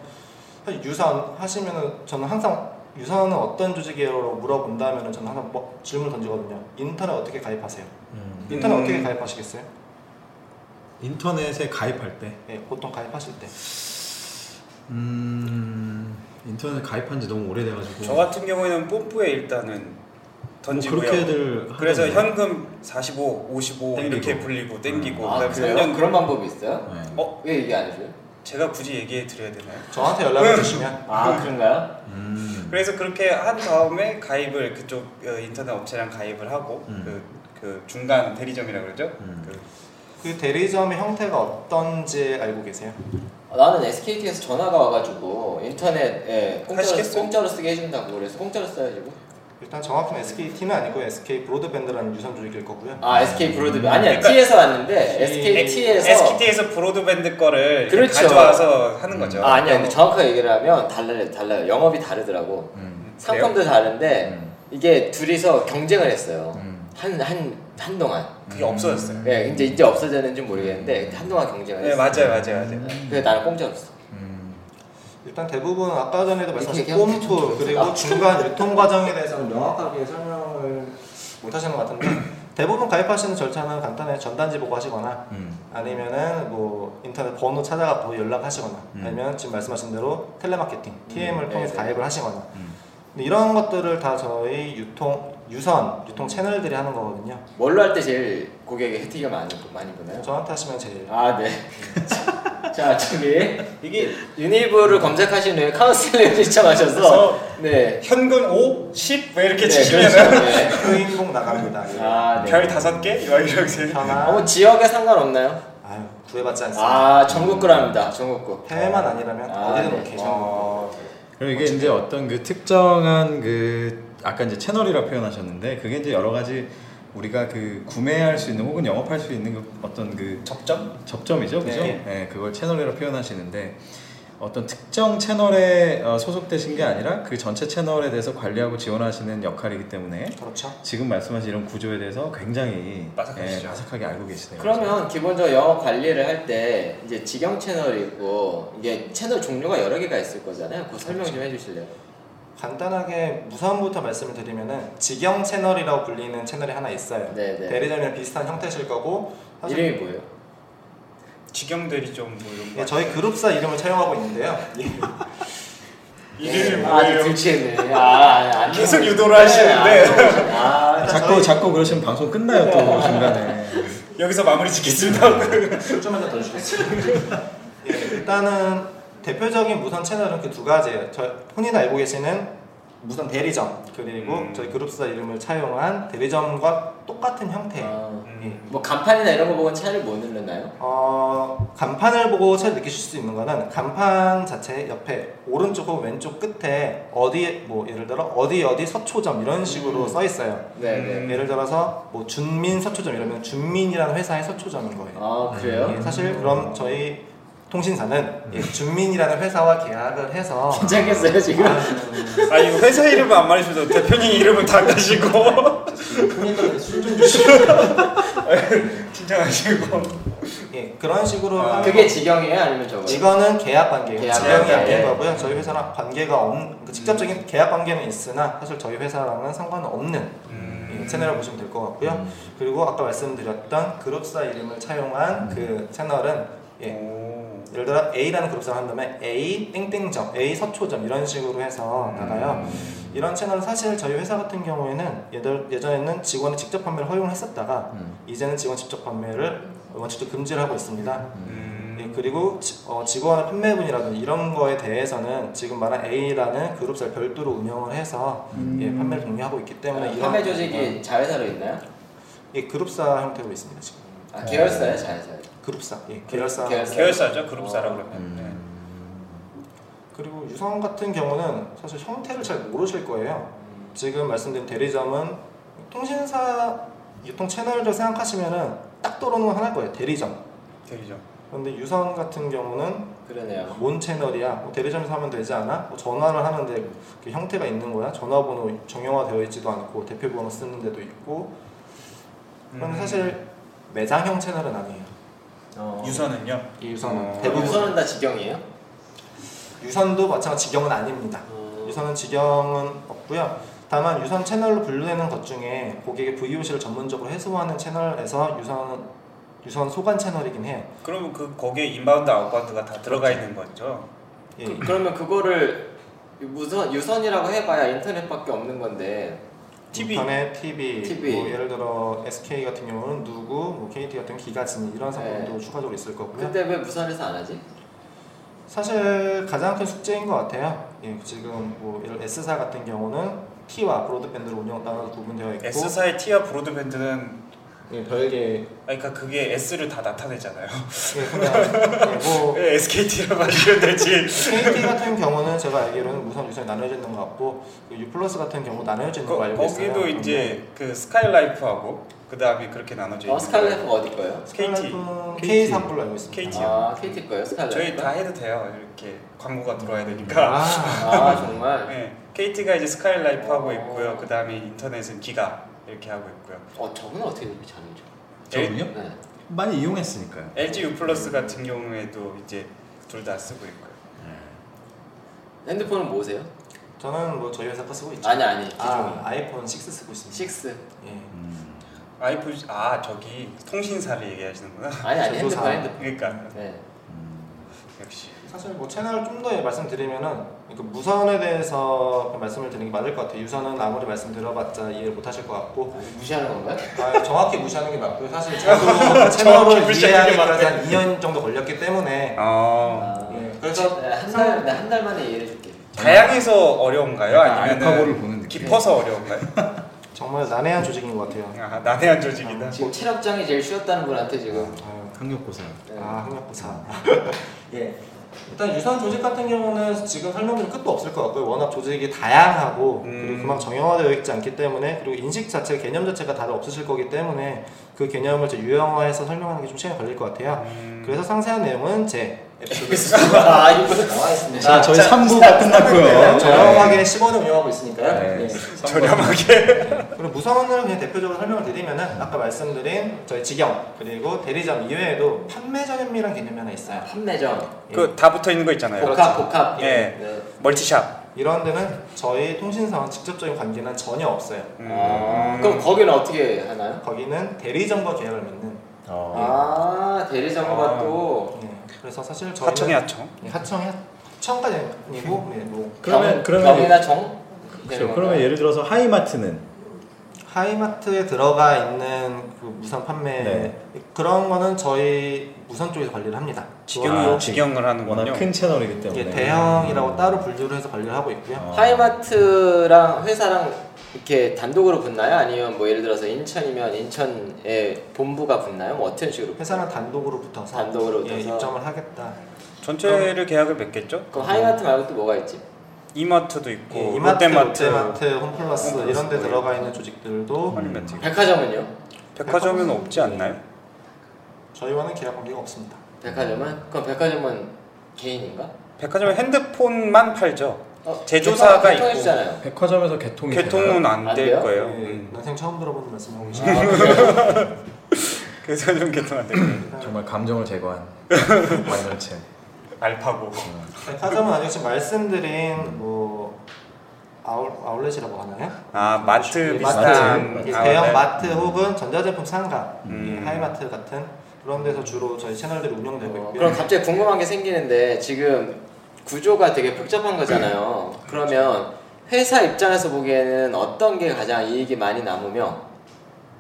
Speaker 6: 사실 유선 하시면은 저는 항상 유선은 어떤 조직이에요라고 물어본다면은 저는 항상 뭐 질문 던지거든요. 인터넷 어떻게 가입하세요?
Speaker 1: 음.
Speaker 6: 인터넷
Speaker 3: 음.
Speaker 6: 어떻게 가입하시겠어요?
Speaker 1: 인터넷에 가입할 때
Speaker 6: 예, 보통 가입하실 때.
Speaker 1: 음, 인터넷 가입한 지 너무 오래돼가지고
Speaker 3: 저 같은 경우에는 뽐뿌에 일단은 던지고요.
Speaker 1: 뭐 그렇게들
Speaker 3: 그래서
Speaker 1: 하던데.
Speaker 3: 현금 45, 55 이렇게
Speaker 1: 땡기고.
Speaker 3: 불리고 땡기고
Speaker 2: 아
Speaker 3: 뭐 그다음에
Speaker 2: 그래요?
Speaker 3: 3년
Speaker 2: 그런 방법이 있어요?
Speaker 1: 네.
Speaker 3: 어?
Speaker 2: 왜 얘기 안 해줘요?
Speaker 3: 제가 굳이 얘기해 드려야 되나요?
Speaker 6: 저한테 연락을 주시면
Speaker 2: 아 그런가요?
Speaker 1: 음.
Speaker 3: 그래서 그렇게 한 다음에 가입을 그쪽 어, 인터넷 업체랑 가입을 하고
Speaker 1: 음.
Speaker 3: 그, 그 중간 대리점이라고 그러죠.
Speaker 1: 음.
Speaker 3: 그
Speaker 6: 그 대리점의 형태가 어떤지 알고 계세요?
Speaker 2: 어, 나는 SKT에서 전화가 와가지고 인터넷에 공짜로,
Speaker 3: 하시겠어요?
Speaker 2: 공짜로 쓰게 해준다고 그래서 공짜로 써야지.
Speaker 6: 일단 정확히는 SKT는 아니고 SK 브로드밴드라는 유선 조직일 거고요.
Speaker 2: 아 SK 브로드밴드 아니야
Speaker 3: 그러니까
Speaker 2: T에서 왔는데
Speaker 6: 이-
Speaker 2: SKT에서
Speaker 3: SKT에서 브로드밴드 거를 이렇게
Speaker 2: 그렇죠.
Speaker 3: 가져와서
Speaker 6: 음.
Speaker 3: 하는 거죠.
Speaker 2: 아 아니야 근데 정확하게 얘기를 하면 달라요 달라요 영업이 다르더라고
Speaker 1: 음.
Speaker 2: 상품도 다른데
Speaker 1: 음.
Speaker 2: 이게 둘이서 경쟁을 했어요
Speaker 1: 음.
Speaker 2: 한 한 한동안
Speaker 3: 그게 없어졌어요.
Speaker 2: 예 이제 이제 없어졌는지 모르겠는데 한동안 경쟁을
Speaker 3: 음. 네
Speaker 2: 했어요
Speaker 3: 맞아요, 맞아요, 맞아요.
Speaker 2: 그래서 나는 공짜로 써
Speaker 1: 음.
Speaker 6: 일단 대부분 아까 전에도 말씀하신
Speaker 2: 얘기하면
Speaker 6: 꼼프
Speaker 2: 되죠.
Speaker 6: 그리고
Speaker 2: 아. 네.
Speaker 6: 중간 유통 과정에 대해서는 명확하게 설명을 못 하시는 것 같은데 대부분 가입하시는 절차는 간단해요. 전단지 보고 하시거나
Speaker 1: 음.
Speaker 6: 아니면은 뭐 인터넷 번호 찾아가고 뭐 연락하시거나
Speaker 1: 음.
Speaker 6: 아니면 지금 말씀하신 대로 텔레마케팅 TM을
Speaker 2: 음,
Speaker 6: 통해서
Speaker 2: 네네.
Speaker 6: 가입을 하시거나
Speaker 1: 음.
Speaker 6: 근데 이런 것들을 다 저희 유통 유선 유통 채널들이 하는 거거든요.
Speaker 2: 뭘로 할 때 제일 고객의 혜택이 많이 많이 보나요?
Speaker 6: 저한테 하시면 제일
Speaker 2: 아 네. [LAUGHS] 자 준비 이게 유니브를 검색하신 후에 카운슬링 [LAUGHS] 신청하셔서 네.
Speaker 3: 현금 5, 10? 왜 이렇게
Speaker 2: 네,
Speaker 3: 치시면은
Speaker 2: 그렇죠. 네.
Speaker 6: 표인봉 나갑니다. 예.
Speaker 2: 아
Speaker 3: 별
Speaker 2: 네.
Speaker 3: 다섯 개? 막 이렇게
Speaker 6: 하나.
Speaker 2: 어, 뭐 지역에 상관없나요?
Speaker 6: 아유 구애받지 않습니다.
Speaker 2: 아 전국구랍니다. 전국구.
Speaker 6: 해외만 아니라면
Speaker 2: 아,
Speaker 6: 어디든
Speaker 2: 네.
Speaker 6: 오케이.
Speaker 3: 어,
Speaker 1: 그리고 이게 이제 어떤 그 특정한 그 아까 이제 채널이라 표현하셨는데 그게 이제 여러 가지 우리가 그 구매할 수 있는 혹은 영업할 수 있는 그 어떤 그
Speaker 3: 접점?
Speaker 1: 접점이죠, 그죠?
Speaker 3: 네.
Speaker 1: 네. 그걸 채널이라 표현하시는데 어떤 특정 채널에 어, 소속되신 게 아니라 그 전체 채널에 대해서 관리하고 지원하시는 역할이기 때문에
Speaker 6: 그렇죠.
Speaker 1: 지금 말씀하신 이런 구조에 대해서 굉장히
Speaker 3: 빠삭하시죠.
Speaker 1: 바삭하게 알고 계시네요.
Speaker 2: 그러면 기본적으로 영업 관리를 할 때 이제 직영 채널이 있고 이게 채널 종류가 여러 개가 있을 거잖아요. 그 설명
Speaker 3: 그렇죠.
Speaker 2: 좀 해주실래요?
Speaker 6: 간단하게 무선부터 말씀을 드리면은 직영 채널이라고 불리는 채널이 하나 있어요.
Speaker 2: 네네.
Speaker 6: 대리점이랑 비슷한 형태실 거고 사실
Speaker 2: 이름이 뭐예요?
Speaker 3: 직영들이 좀 뭐 이런 거.
Speaker 6: 예, 저희 그룹사 이름을 차용하고 있는데요. 예. 그
Speaker 3: 이름이
Speaker 2: 네. 아주
Speaker 3: 뭐예요?
Speaker 2: 들치했네. 아,
Speaker 3: 계속 유도를 하시는데.
Speaker 2: 아,
Speaker 6: 일단
Speaker 1: 예, 자꾸
Speaker 6: 저희-
Speaker 1: 자꾸 그러시면 방송 끝나요 또 중간에.
Speaker 3: 예. 여기서 마무리 짓겠습니다.
Speaker 6: 좀 한잔 더 주시겠어요? [LAUGHS] 예, 일단은 대표적인 무선 채널은 그 두 가지예요. 저 혼이나 알고 계시는 무선 대리점 그리고
Speaker 3: 음.
Speaker 6: 저희 그룹사 이름을 차용한 대리점과 똑같은 형태예요.
Speaker 2: 아,
Speaker 3: 음.
Speaker 2: 뭐 간판이나 이런 거 보고 차이를 못 누르나요?
Speaker 6: 어, 간판을 보고 잘 느끼실 수 있는 거는 간판 자체 옆에 오른쪽 혹은 왼쪽 끝에 어디 뭐 예를 들어 어디 어디 서초점 이런 식으로
Speaker 2: 음.
Speaker 6: 써 있어요.
Speaker 2: 네, 네.
Speaker 3: 음.
Speaker 6: 예를 들어서 뭐 준민 서초점 이러면 준민이라는 회사의 서초점인 거예요.
Speaker 2: 아, 그래요? 음.
Speaker 6: 예, 사실 그럼 저희 통신사는 예, 준민이라는 회사와
Speaker 2: [LAUGHS]
Speaker 6: 계약을 해서 음,
Speaker 2: 괜찮겠어요, 지금?
Speaker 3: 아 이거 회사 이름은 안 말해줘도 대표님 이름은 다 까시고
Speaker 6: 술좀
Speaker 3: 긴장하시고
Speaker 6: 예, 그런 식으로
Speaker 3: 아,
Speaker 6: 하면
Speaker 2: 그게 직영이에요? 아니면 저거요?
Speaker 6: 이거는 계약 관계예요.
Speaker 2: 계약
Speaker 6: 직영이
Speaker 2: 관계.
Speaker 6: 아닌 거고요. 저희 회사랑 관계가 없는 그러니까 직접적인 계약 관계는 있으나 사실 저희 회사랑은 상관은 없는
Speaker 2: 음.
Speaker 6: 예, 채널을 보시면 될 것 같고요. 그리고 아까 말씀드렸던 그룹사 이름을
Speaker 2: 음.
Speaker 6: 차용한 그 채널은 예,
Speaker 3: 오.
Speaker 6: 예를 들어 A라는 그룹사를 한 다음에 A 땡땡점, A 서초점 이런 식으로 해서
Speaker 2: 음.
Speaker 6: 나가요. 이런 채널은 사실 저희 회사 같은 경우에는 예들, 예전에는 직원이 직접 판매를 허용했었다가
Speaker 1: 음.
Speaker 6: 이제는 직원 직접 판매를 원칙적으로 금지를 하고 있습니다.
Speaker 3: 음.
Speaker 6: 예, 그리고 지- 어, 직원의 판매분이라든지 이런 거에 대해서는 지금 말한 A라는 그룹사를 별도로 운영을 해서 예, 아, 판매를 독려하고 있기 때문에 이런
Speaker 2: 아, 판매 조직이 자회사로 있나요?
Speaker 6: 예, 그룹사 형태로 있습니다 지금.
Speaker 2: 아, 계열사예요, 어. 자회사.
Speaker 6: 그룹사, 예, 계열사.
Speaker 2: 계열사.
Speaker 3: 계열사죠 그룹사라고
Speaker 1: 음.
Speaker 3: 그러면. 네.
Speaker 6: 그리고 유성 같은 경우는 사실 형태를 잘 모르실 거예요. 지금 말씀드린 대리점은 통신사 유통 채널을 생각하시면은 딱 떠오르는 건 하나일 거예요. 대리점.
Speaker 3: 대리점.
Speaker 6: 그런데 유선 같은 경우는
Speaker 2: 그러네요.
Speaker 6: 뭔 채널이야? 뭐 대리점에서 하면 되지 않아? 뭐 전화를 하는데 그 형태가 있는 거야? 전화번호 정형화되어 있지도 않고 대표 번호 쓰는 데도 있고. 그런데
Speaker 3: 음.
Speaker 6: 사실 매장형 채널은 아니에요.
Speaker 2: 어.
Speaker 3: 유선은요?
Speaker 6: 이 유선은
Speaker 3: 어.
Speaker 6: 대부분
Speaker 2: 유선은 다 직영이에요?
Speaker 6: 유선도 마찬가지 직영은 아닙니다. 유선은 직영은 없고요. 다만 유선 채널로 분류되는 것 중에 고객의 VOC를 전문적으로 해소하는 채널에서 유선 유선 소관 채널이긴 해요.
Speaker 3: 그러면 그 거기에 인바운드 아웃바운드가 다 들어가 있는 거죠?
Speaker 6: 예.
Speaker 2: 그, 그러면 그거를 무선 유선이라고 해봐야 인터넷밖에 없는 건데
Speaker 3: TV.
Speaker 6: 인터넷, TV,
Speaker 2: TV.
Speaker 6: 뭐 예를 들어 SK 같은 경우는 누구, 뭐 KT 같은 경우는 기가진
Speaker 3: 네.
Speaker 6: 이런 상품도 추가적으로 있을 거고요.
Speaker 2: 근데 왜 무선에서 안 하지?
Speaker 6: 사실 가장 큰 숙제인 것 같아요. 예, 지금 뭐 예를 들어 S사 같은 경우는 T와 브로드밴드로 운영 나눠서 구분되어 있고
Speaker 3: S사의 T와 브로드밴드는
Speaker 6: 예, 별개
Speaker 3: 아니, 그러니까 그게 S를 다 나타내잖아요.
Speaker 6: 예, 그냥 예, 뭐
Speaker 3: 왜 SKT를 마시면
Speaker 6: [LAUGHS]
Speaker 3: 될지.
Speaker 6: KT 같은 경우는 제가 알기로는 무선 유선이 나눠져 있는 것 같고 그 U 플러스 같은 경우 나눠져 있는
Speaker 3: 거,
Speaker 6: 거 알고 있어요. 네.
Speaker 3: 거기도 이제 그 스카이라이프하고 그 다음에 그렇게 나눠져 있는
Speaker 2: 어, 스카이라이프가 어디 거예요?
Speaker 3: KT.
Speaker 6: 네. K 3 걸로 알고 있습니다.
Speaker 3: KT 요.
Speaker 2: 아 KT 거예요 스카이라이프.
Speaker 3: 저희 다 해도 돼요. 이렇게 광고가 들어와야 되니까.
Speaker 6: 아,
Speaker 2: 아 정말
Speaker 3: 네, KT가 이제 스카이라이프 하고
Speaker 2: 어.
Speaker 3: 있고요. 그 다음에 인터넷은 기가 이렇게 하고 있고요.
Speaker 2: 어 저분 어떻게 그렇게 잘하죠?
Speaker 1: 저는요?
Speaker 2: 네.
Speaker 1: 많이 이용했으니까요.
Speaker 3: LG U 플러스 같은 경우에도 이제 둘 다 쓰고 있고요.
Speaker 2: 핸드폰은 뭐세요?
Speaker 6: 저는 뭐 저희 회사 거 쓰고 있죠.
Speaker 2: 아니 아니 기종이
Speaker 6: 아, 아이폰 6 쓰고 있습니다.
Speaker 2: 6
Speaker 6: 예.
Speaker 1: 음.
Speaker 3: 아이폰 아 저기 통신사를 얘기하시는구나. [LAUGHS]
Speaker 2: 아니 아니
Speaker 6: 저도
Speaker 2: 핸드폰
Speaker 6: 사.
Speaker 2: 핸드폰
Speaker 3: 그러니까
Speaker 2: 네.
Speaker 1: 음.
Speaker 3: 역시
Speaker 6: 사실 뭐 채널 좀 더 말씀드리면은 그 무선에 대해서 말씀을 드리는 게 맞을 것 같아요. 유선은 아무리 말씀 들어봤자 이해 못하실 것 같고
Speaker 2: 무시하는 건가요?
Speaker 6: 아, 정확히 무시하는 게 맞고요.
Speaker 3: [LAUGHS]
Speaker 6: 사실 저도 채널을
Speaker 3: 무시하는 게
Speaker 6: 이해하기까지
Speaker 3: 맞네.
Speaker 6: 한 2년 정도 걸렸기 때문에
Speaker 3: 어,
Speaker 2: 아,
Speaker 1: 네.
Speaker 6: 예, 그래서
Speaker 2: 한달 네, 한 달 만에 이해를 줄게.
Speaker 3: 다양해서 어려운가요?
Speaker 1: 그러니까 알파고를
Speaker 3: 아니면
Speaker 1: 보는 느낌.
Speaker 3: 깊어서 어려운가요?
Speaker 6: 정말 난해한 조직인 것 같아요.
Speaker 3: 아, 난해한 조직이다.
Speaker 2: 지금 체력장이 제일 쉬웠다는 분한테 지금.
Speaker 6: 아유,
Speaker 1: 학력고사.
Speaker 2: 네.
Speaker 6: 아, 학력고사. [LAUGHS] 예. 일단 유선 조직 같은 경우는 지금 설명드릴 끝도 없을 것 같고요. 워낙 조직이 다양하고
Speaker 3: 음.
Speaker 6: 그리고 그만큼 정형화되어 있지 않기 때문에 그리고 인식 자체, 개념 자체가 다들 없으실 거기 때문에 그 개념을 이제 유형화해서 설명하는 게 좀 시간이 걸릴 것 같아요. 그래서 상세한 내용은 제 음. 에피소드 [LAUGHS]
Speaker 2: 아 이거 나와 있습니다.
Speaker 1: 자, 저희 3부가 끝났고요.
Speaker 6: 저렴하게 10원을 네, 운영하고 있으니까요.
Speaker 1: 네.
Speaker 6: 예.
Speaker 3: [LAUGHS] 저렴하게
Speaker 6: 그리고 무선을 그냥 대표적으로 설명을 드리면은 아까 말씀드린 저희 직영 그리고 대리점 이외에도 판매점이라는 개념이 하나 있어요.
Speaker 2: 판매점,
Speaker 6: 예.
Speaker 3: 그 다 붙어 있는 거
Speaker 1: 네,
Speaker 3: 있잖아요.
Speaker 2: 복합,
Speaker 1: 그렇죠.
Speaker 2: 복합.
Speaker 3: 예.
Speaker 2: 네.
Speaker 3: 멀티샵.
Speaker 6: 이런 데는 저희 통신사와 직접적인 관계는 전혀 없어요.
Speaker 3: 음.
Speaker 2: 아, 그럼 거기는 어떻게 하나요?
Speaker 6: 거기는 대리점과 계약을 맺는.
Speaker 1: 예.
Speaker 6: 어.
Speaker 2: 아 대리점과
Speaker 3: 아.
Speaker 2: 또
Speaker 6: 예. 그래서 사실 저희는
Speaker 3: 하청이 하청.
Speaker 6: 예, 하청이 하- 하청까지 아니고 예, 뭐
Speaker 1: 그러면-
Speaker 2: 경-
Speaker 1: 그러면-
Speaker 2: 경이나 정. 되는
Speaker 6: 네.
Speaker 1: 그렇죠.
Speaker 2: 건가요?
Speaker 1: 그러면 예를 들어서 하이마트는
Speaker 6: 하이마트에 들어가 있는 그 무선 판매
Speaker 1: 네.
Speaker 6: 그런 거는 저희 무선 쪽에서 관리를 합니다.
Speaker 1: 아,
Speaker 3: 직영으로 직영을
Speaker 1: 워낙
Speaker 3: 하는군요.
Speaker 1: 큰 채널이기 때문에 음.
Speaker 6: 이게 대형이라고 따로 분류를 해서 관리를 하고 있고요.
Speaker 1: 어.
Speaker 2: 하이마트랑 회사랑 이렇게 단독으로 붙나요? 아니면 뭐 예를 들어서 인천이면 인천에 본부가 붙나요? 뭐 어떤 식으로?
Speaker 6: 회사는 단독으로 붙어서
Speaker 2: 단독으로
Speaker 6: 예,
Speaker 2: 붙어서.
Speaker 6: 입점을 하겠다.
Speaker 3: 전체를 계약을 맺겠죠?
Speaker 2: 그럼 하이마트 말고 또 뭐가 있지?
Speaker 3: 이마트도 있고
Speaker 6: 예, 이마트,
Speaker 3: 롯데마트,
Speaker 6: 롯데마트, 홈플러스 이런 데 들어가 있는 조직들도
Speaker 3: 허니마트.
Speaker 2: 백화점은요?
Speaker 3: 음. 백화점은 없지 않나요?
Speaker 6: 저희와는 계약 관계가 없습니다.
Speaker 2: 백화점은? 그럼 백화점은 개인인가?
Speaker 3: 백화점은 핸드폰만 팔죠.
Speaker 2: 어,
Speaker 3: 제조사가
Speaker 2: 백화점
Speaker 3: 있고.
Speaker 2: 개통해주잖아요.
Speaker 1: 음, 백화점에서 개통이
Speaker 3: 개통은 안
Speaker 2: 안
Speaker 3: 될
Speaker 2: 돼요?
Speaker 3: 거예요.
Speaker 6: 예,
Speaker 3: 음.
Speaker 6: 난생 처음 들어보는 말씀하고 계십니다.
Speaker 2: 아, 그래요?
Speaker 3: 그래서 좀 개통 안 될 거예요.
Speaker 6: 네.
Speaker 1: 되나요? 정말 감정을 제거한 [LAUGHS] 완전체.
Speaker 3: [LAUGHS] 알파고.
Speaker 6: 백화점은 아니고 지금 말씀드린 뭐 아울, 아울렛이라고 하나요?
Speaker 3: 아 마트
Speaker 6: 예,
Speaker 3: 비슷한
Speaker 6: 마트, 예,
Speaker 3: 아,
Speaker 6: 대형
Speaker 3: 네.
Speaker 6: 마트 혹은 전자제품 상가,
Speaker 3: 음.
Speaker 6: 예, 하이마트 같은 그런 데서 주로 저희 채널들이
Speaker 3: 네,
Speaker 6: 운영되고
Speaker 2: 어,
Speaker 6: 있고요.
Speaker 2: 그럼 갑자기 궁금한 게 생기는데 지금 구조가 되게 복잡한 거잖아요. 그러면 회사 입장에서 보기에는 어떤 게 가장 이익이 많이 남으며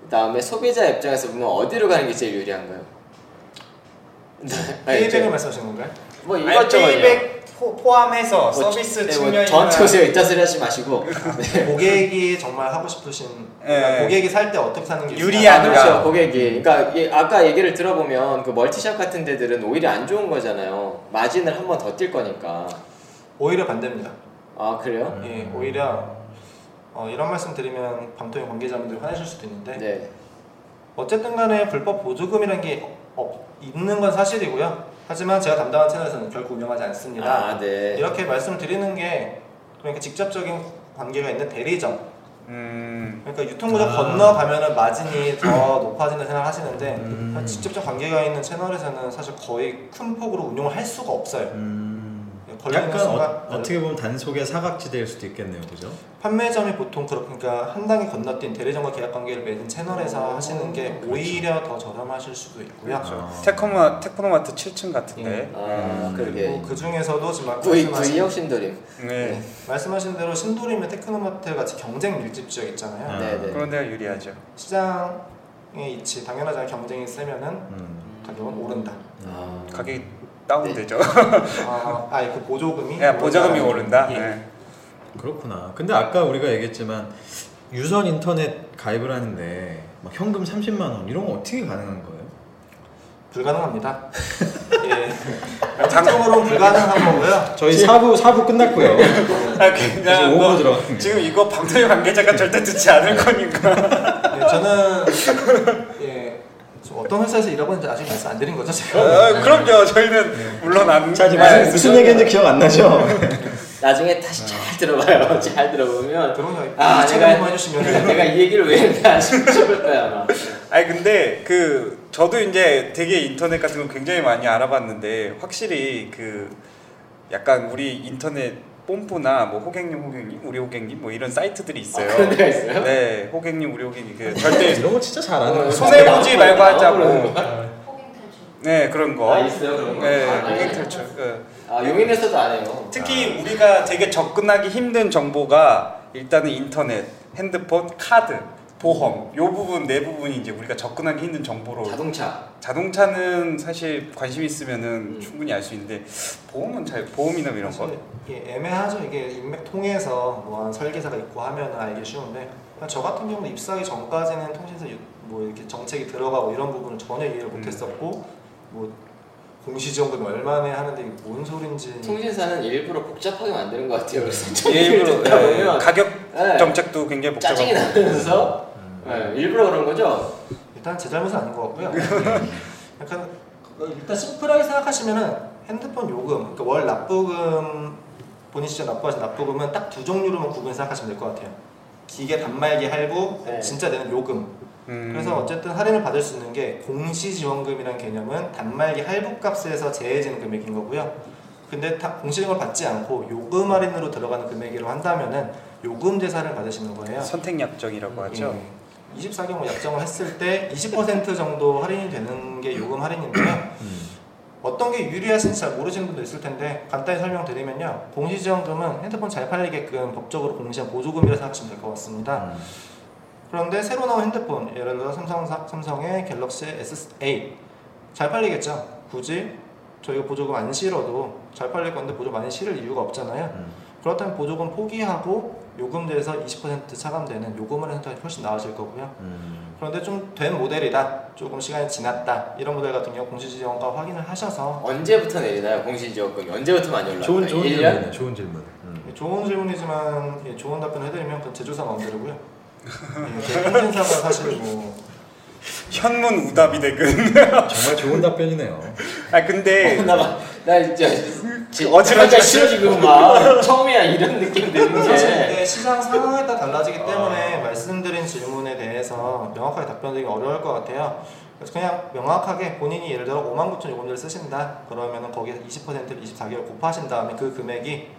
Speaker 2: 그다음에 소비자 입장에서 보면 어디로 가는 게 제일 유리한가요? 네, 아니,
Speaker 6: 페이백을
Speaker 2: 이제
Speaker 3: [LAUGHS]
Speaker 6: 말씀하시는 건가요?
Speaker 2: 뭐
Speaker 3: 네, 아니,
Speaker 2: 이것저것
Speaker 3: 페이백 포, 포함해서
Speaker 2: 뭐
Speaker 3: 서비스
Speaker 2: 네, 뭐
Speaker 3: 측면이나
Speaker 2: 저한테 오세요 이딴 소리 하지
Speaker 3: [LAUGHS]
Speaker 2: 마시고 네.
Speaker 6: 고객이 정말 하고 싶으신
Speaker 3: 예.
Speaker 6: 그러니까 고객이 살 때 어떻게 사는 게
Speaker 3: 유리한
Speaker 6: 있을까?
Speaker 3: 그러니까.
Speaker 2: 그렇죠 고객이 그러니까 이- 아까 얘기를 들어보면 그 멀티샵 같은 데들은 오히려 안 좋은 거잖아요 마진을 한 번 더 뛸 거니까
Speaker 6: 오히려 반대입니다.
Speaker 2: 아 그래요?
Speaker 6: 예,
Speaker 3: 음.
Speaker 6: 오히려 어, 이런 말씀 드리면 방통위 관계자분들 화내실 수도 있는데
Speaker 2: 네.
Speaker 6: 어쨌든 간에 불법 보조금이라는 게 어, 어, 있는 건 사실이고요. 하지만 제가 담당한 채널에서는 결코 운영하지 않습니다.
Speaker 2: 아 네.
Speaker 6: 이렇게 말씀드리는 게 그러니까 직접적인 관계가 있는 대리점
Speaker 3: 음,
Speaker 6: 그러니까 유통구조
Speaker 1: 아.
Speaker 6: 건너가면은 마진이 더 높아진다 생각하시는데
Speaker 1: 음.
Speaker 6: 직접적 관계가 있는 채널에서는 사실 거의 큰 폭으로 운영을 할 수가 없어요.
Speaker 1: 음.
Speaker 6: 걸리는
Speaker 1: 약간
Speaker 6: 수가
Speaker 1: 어, 어떻게 보면 단속의 사각지대일 수도 있겠네요, 그죠?
Speaker 6: 판매점이 보통 그렇게 그러니까 한 단계 건너뛴 대리점과 계약 관계를 맺은
Speaker 1: 음.
Speaker 6: 채널에서 하시는 게 오히려 더 저렴하실 수도 있고요.
Speaker 1: 아.
Speaker 3: 테크노마, 테크노마트 7층 같은데 음.
Speaker 2: 아
Speaker 6: 그리고
Speaker 2: 그게
Speaker 6: 그 중에서도 정말
Speaker 2: 구이 구이
Speaker 6: 말씀하신,
Speaker 2: 혁신도림.
Speaker 3: 네.
Speaker 6: 말씀하신 대로 신도림의 테크노마트 같이 경쟁 밀집 지역 있잖아요.
Speaker 1: 아.
Speaker 2: 네네.
Speaker 3: 그런 데가 유리하죠
Speaker 6: 시장의 이치 당연하잖아요. 경쟁이 세면은
Speaker 1: 음.
Speaker 6: 가격은 오른다.
Speaker 2: 아.
Speaker 3: 가격이 다운되죠
Speaker 6: 아, 아니 그 보조금이
Speaker 3: 네, 보조금이
Speaker 6: 오른다.
Speaker 3: 오른다
Speaker 6: 예.
Speaker 3: 네.
Speaker 1: 그렇구나. 근데 아까 우리가 얘기했지만 유선 인터넷 가입을 하는데 막 현금 30만 원 이런 거 어떻게 가능한 거예요?
Speaker 6: [LAUGHS] 불가능합니다. 예. 장점으로는 불가능한 거고요.
Speaker 1: 저희 사부 사부 끝났고요.
Speaker 3: 아
Speaker 1: 그래서
Speaker 3: 그냥
Speaker 1: 오부로
Speaker 3: 뭐
Speaker 1: 들어갔네요.
Speaker 3: 지금 이거 방송의 관계자가 절대 듣지 않을 거니까
Speaker 6: 예, 저는 예, 저 어떤 회사에서 일하고있는지 아직 말씀 안 드린 거죠 [LAUGHS] 제가.
Speaker 3: 아, 그럼요 저희는 물론 안
Speaker 1: 자, 지금
Speaker 3: 네.
Speaker 1: 무슨, 무슨 얘기인지 기억 안 나죠?
Speaker 2: 나중에 다시 잘 들어봐요. [LAUGHS] 잘 들어보면
Speaker 6: 그런 거
Speaker 2: 아
Speaker 6: 아,
Speaker 2: 내가
Speaker 6: 제가 해주시면
Speaker 2: 내가 이 얘기를 왜 했나 [LAUGHS] 싶을 거야 아마.
Speaker 3: 아니 근데 그 저도 이제 되게 인터넷 같은 거 굉장히 많이 알아봤는데 확실히 그 약간 우리 인터넷 뽐뿌나 뭐 호객님 호객님 우리 호객님 뭐 이런 사이트들이 있어요.
Speaker 2: 아, 그런 데가 있어요?
Speaker 3: 네 호객님 우리 호객님 그
Speaker 1: [LAUGHS]
Speaker 3: 절대
Speaker 1: 네, 이런 거 진짜 잘하는 거.
Speaker 3: 손해 보지 말고 하자고.
Speaker 4: 포갱 탈출.
Speaker 3: 네 그런 거.
Speaker 2: 아 있어요 그런 거.
Speaker 3: 네
Speaker 2: 아,
Speaker 3: 호객
Speaker 2: 네.
Speaker 3: 탈출. 네.
Speaker 2: 아 용인에서도 안 해요.
Speaker 3: 특히 우리가 되게 접근하기 힘든 정보가 일단은 인터넷, 핸드폰, 카드, 보험 요 부분 네 부분이 이제 우리가 접근하기 힘든 정보로
Speaker 2: 아, 자동차.
Speaker 3: 자동차는 사실 관심 있으면은
Speaker 2: 음.
Speaker 3: 충분히 알 수 있는데 보험은 잘 보험이나 이런 거.
Speaker 6: 사실 예, 애매하죠 이게 인맥 통해서 뭐 한 설계사가 있고 하면 알기 쉬운데 그냥 저 같은 경우는 입사하기 전까지는 통신사 유- 뭐 이렇게 정책이 들어가고 이런 부분을 전혀 이해를 못했었고 뭐 공시지원금 얼마나 하는데 이게 뭔 소린지
Speaker 2: 통신사는 일부러 복잡하게 만드는 것 같아요. 그래서 [LAUGHS] 정리를
Speaker 3: 일부러
Speaker 2: 듣다
Speaker 3: 예,
Speaker 2: 보면
Speaker 3: 가격
Speaker 2: 네.
Speaker 3: 정책도 굉장히
Speaker 2: 짜증이
Speaker 3: 복잡하고
Speaker 2: 나면서 네, 일부러 그런 거죠.
Speaker 6: 일단 제 잘못은 아닌 것 같고요. 네. 약간 그- 일단 심플하게 생각하시면은 핸드폰 요금, 그러니까 월 납부금 본인 시절 납부하신 납부금은 딱 두 종류로만 구분 생각하시면 될 것 같아요. 기계 단말기 할부,
Speaker 2: 네.
Speaker 6: 진짜 내는 요금.
Speaker 3: 음,
Speaker 6: 그래서 어쨌든 할인을 받을 수 있는 게 공시지원금이라는 개념은 단말기 할부 값에서 제해지는 금액인 거고요. 근데 다 공시지원을 받지 않고 요금 할인으로 들어가는 금액으로 한다면은 요금 제사를 받으시는 거예요.
Speaker 3: 선택
Speaker 2: 음.
Speaker 3: 약정이라고 하죠.
Speaker 6: 24경우 약정을 했을 때 20% 정도 할인이 되는 게 요금 할인인데요. 어떤 게 유리하신지 잘 모르시는 분도 있을 텐데 간단히 설명드리면요. 공시지원금은 핸드폰 잘 팔리게끔 법적으로 공시한 보조금이라 생각하시면 될 것 같습니다. 그런데 새로 나온 핸드폰, 예를 들어 삼성, 삼성의 갤럭시 S8 잘 팔리겠죠. 굳이 저희가 보조금 안 실어도 잘 팔릴 건데 보조금 안 실을 이유가 없잖아요. 그렇다면 보조금 포기하고 요금제에서 20% 차감되는 요금을 선택이 훨씬 나아질 거고요. 그런데 좀 된 모델이다, 조금 시간이 지났다 이런 모델 같은 경우 공시지원과 확인을 하셔서
Speaker 2: 언제부터 내리나요 공시지원금이? 언제부터 많이 올라요?
Speaker 1: 좋은 좋은
Speaker 2: 1년?
Speaker 1: 질문이네. 좋은 질문. 음.
Speaker 6: 예, 좋은 질문이지만 예, 좋은 답변을 해드리면 그건 제조사 마음대로고요. 예, 제 통신사가 사실 뭐
Speaker 3: 현문 우답이 되근.
Speaker 1: 정말 좋은 답변이네요.
Speaker 3: [LAUGHS] 아 근데
Speaker 2: 어, [LAUGHS] 나, 나 진짜
Speaker 3: 어지러워져. 네.
Speaker 2: 어지러져 싫어 지금 막 처음이야 이런 느낌 드는
Speaker 6: 사실
Speaker 3: 예.
Speaker 2: 게
Speaker 6: 이게 시장 상황에 따라
Speaker 3: 아.
Speaker 6: 달라지기 때문에 말씀드린 질문에 대해서 명확하게 답변드리기 어려울 것 같아요. 그래서 그냥 명확하게 본인이 예를 들어 5만 9천 요금제를 쓰신다. 그러면은 거기에 20%를 24개월 곱하신 다음에 그 금액이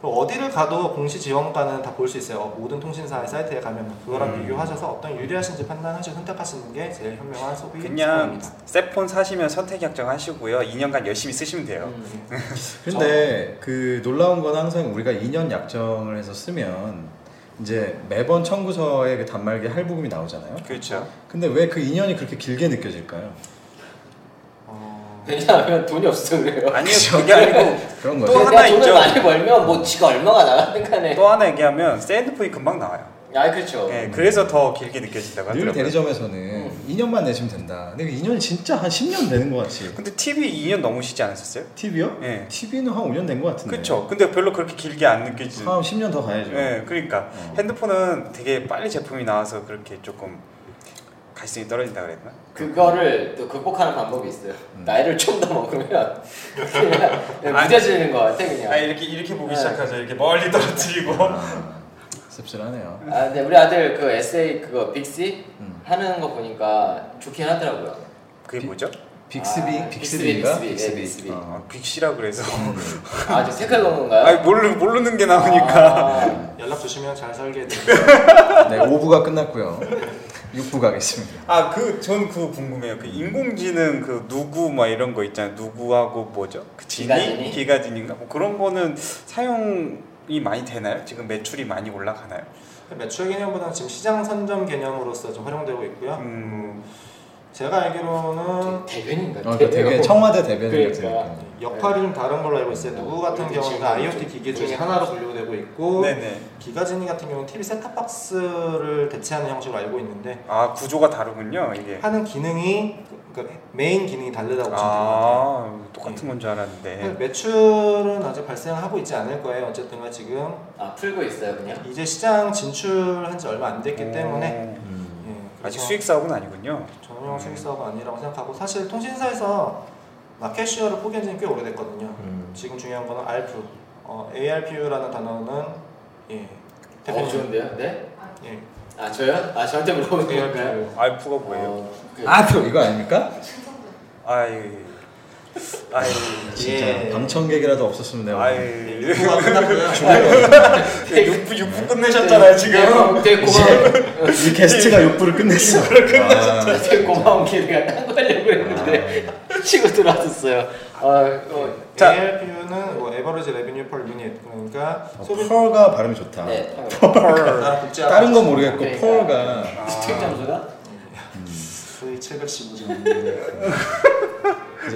Speaker 6: 또 어디를 가도 공시 지원가는 다 볼 수 있어요. 어, 모든 통신사의 사이트에 가면 그거랑
Speaker 3: 음.
Speaker 6: 비교하셔서 어떤 유리하신지 판단하시고 선택하시는 게 제일 현명한 소비
Speaker 3: 그냥
Speaker 6: 방법입니다.
Speaker 3: 세폰 사시면 선택 약정 하시고요. 2년간 열심히 쓰시면 돼요.
Speaker 1: 근데 그 놀라운 건 항상 우리가 2년 약정을 해서 쓰면 이제 매번 청구서에 그 단말기 할부금이
Speaker 2: 음.
Speaker 1: 나오잖아요.
Speaker 3: 그렇죠.
Speaker 1: 근데 왜 그 2년이 그렇게 길게 느껴질까요?
Speaker 6: 어,
Speaker 2: 왜냐하면 돈이 없어서 그래요.
Speaker 3: 아니요 그게 아니고
Speaker 1: 그런
Speaker 3: 또
Speaker 1: 거죠.
Speaker 2: 내가
Speaker 3: 하나
Speaker 2: 돈을
Speaker 3: 있죠.
Speaker 2: 많이 벌면 뭐 지가 얼마가 나가든 간에
Speaker 3: 또 하나 얘기하면 샌드폰이 금방 나와요.
Speaker 2: 아 그렇죠.
Speaker 3: 네, 그래서 더 길게 느껴진다고
Speaker 1: 늘
Speaker 3: 하더라고요.
Speaker 1: 대리점에서는 2년만 내시면 된다. 근데 2년 진짜 한 10년 되는 것그 같이.
Speaker 3: 근데 TV 2년 넘으시지 않으셨어요?
Speaker 1: TV요?
Speaker 3: 네.
Speaker 1: TV는 한 5년 된 것 같은데.
Speaker 3: 그렇죠. 근데 별로 그렇게 길게 안 느껴지는.
Speaker 1: 한 10년 더 가야죠.
Speaker 3: 네, 그러니까
Speaker 1: 아, 어.
Speaker 3: 핸드폰은 되게 빨리 제품이 나와서 그렇게 조금 갈증이 떨어진다 그랬나?
Speaker 2: 그거를 또 극복하는 방법이 있어요.
Speaker 1: 음.
Speaker 2: 나이를 좀 더 먹으면 [LAUGHS] 그냥 무뎌지는 것 같아 그냥.
Speaker 3: 아 이렇게 이렇게 보기
Speaker 2: 네.
Speaker 3: 시작하죠. 이렇게 멀리 떨어뜨리고.
Speaker 1: 아, 씁쓸하네요.
Speaker 2: 아 근데 우리 아들 그 에세이 그거 빅시
Speaker 1: 음.
Speaker 2: 하는 거 보니까 좋긴 하더라고요.
Speaker 3: 그게 뭐죠?
Speaker 1: 빅스비,
Speaker 2: 아,
Speaker 1: 빅스비인가?
Speaker 2: 빅스비, 빅스비, 네, 빅스비.
Speaker 1: 어. 네.
Speaker 3: 아, 빅시라 그래서.
Speaker 2: 아 저 색깔 넣은 건가요?
Speaker 3: [LAUGHS] 아니 모르 모르는 게 나오니까. 그러니까.
Speaker 2: 아,
Speaker 6: 연락 주시면 잘
Speaker 3: [LAUGHS]
Speaker 6: 설계해드릴게요.
Speaker 1: 네, 5부가 끝났고요. 6부 가겠습니다.
Speaker 3: 아 그 전 그거 궁금해요. 그 인공지능 그 누구 막 이런 거 있잖아요. 누구하고 뭐죠? 그
Speaker 2: 기가진이?
Speaker 3: 지니 기가진인가? 뭐 그런 거는 사용이 많이 되나요? 지금 매출이 많이 올라가나요?
Speaker 6: 매출 개념보다는 지금 시장 선점 개념으로서 좀 활용되고 있고요.
Speaker 3: 음,
Speaker 6: 제가 알기로는
Speaker 2: 저 대변인가?
Speaker 1: 어, 그러니까 되게 청와대 대변인 같은
Speaker 2: 그러니까.
Speaker 1: 느낌.
Speaker 3: 네.
Speaker 6: 역할이 좀 다른 걸로 알고 있어요. 누구 같은
Speaker 2: 우리도 지금
Speaker 6: 경우는 IoT 기계 중에
Speaker 2: 보이지
Speaker 6: 하나로 분류되고 있고
Speaker 3: 네네.
Speaker 6: 기가진이 같은 경우는 TV 셋탑박스를 대체하는 형식으로 알고 있는데
Speaker 3: 아 구조가 다르군요. 이게.
Speaker 6: 하는 기능이 그러니까 메인 기능이 다르다고 보시면 돼요.
Speaker 3: 아 네. 똑같은 건 줄 알았는데.
Speaker 6: 매출은 아직 발생하고 있지 않을 거예요. 어쨌든 지금
Speaker 2: 아 풀고 있어요 그냥.
Speaker 6: 이제 시장 진출한 지 얼마 안 됐기 때문에
Speaker 3: 오,
Speaker 1: 음.
Speaker 6: 예, 그래서
Speaker 3: 아직 수익 음. 사업은 아니군요.
Speaker 6: 전용 수익 사업은 아니라고 생각하고 사실 통신사에서 마켓쉐어를 포기한 지는 꽤 오래됐거든요.
Speaker 1: 음.
Speaker 6: 지금 중요한 거는 ARPU, 어, ARPU라는 단어는 예,
Speaker 2: 어
Speaker 6: 대표님
Speaker 2: 좋은데요? 네?
Speaker 6: 예,
Speaker 2: 아 저요? 아 저한테 물어보는 건가요?
Speaker 3: 알프가 뭐예요?
Speaker 2: 어, 그-
Speaker 1: 아, 또 이거 아닙니까?
Speaker 3: 아이 아이
Speaker 1: 진짜
Speaker 6: 예.
Speaker 1: 방청객이라도 없었으면
Speaker 3: 네,
Speaker 1: 내가.
Speaker 3: 아이
Speaker 6: 유부가 끝났고요.
Speaker 3: [LAUGHS]
Speaker 2: 그
Speaker 3: 육부 아, 육부 끝내셨잖아요 지금.
Speaker 2: 네, 되게- 되게 고마운
Speaker 1: 이 게스트가 6부를 끝냈어. 아, 6부를 끝냈어.
Speaker 3: 네.
Speaker 2: [LAUGHS] 되게 고마운 게 내가 딴 거 하려고 했는데
Speaker 3: 아.
Speaker 2: 치고 들어왔었어요. 아, 어,
Speaker 3: 자.
Speaker 6: ARPU는 뭐 에버리지 레비뉴 펄 유닛 그러니까 소비 아,
Speaker 1: 펄가 아, 발음이
Speaker 3: 아.
Speaker 1: 좋다.
Speaker 2: 네.
Speaker 6: 나라 국제
Speaker 1: 어, 다른 뭐. 건 모르겠고
Speaker 2: 그러니까.
Speaker 1: 펄가
Speaker 2: 수익 점수가
Speaker 6: 거의 715점.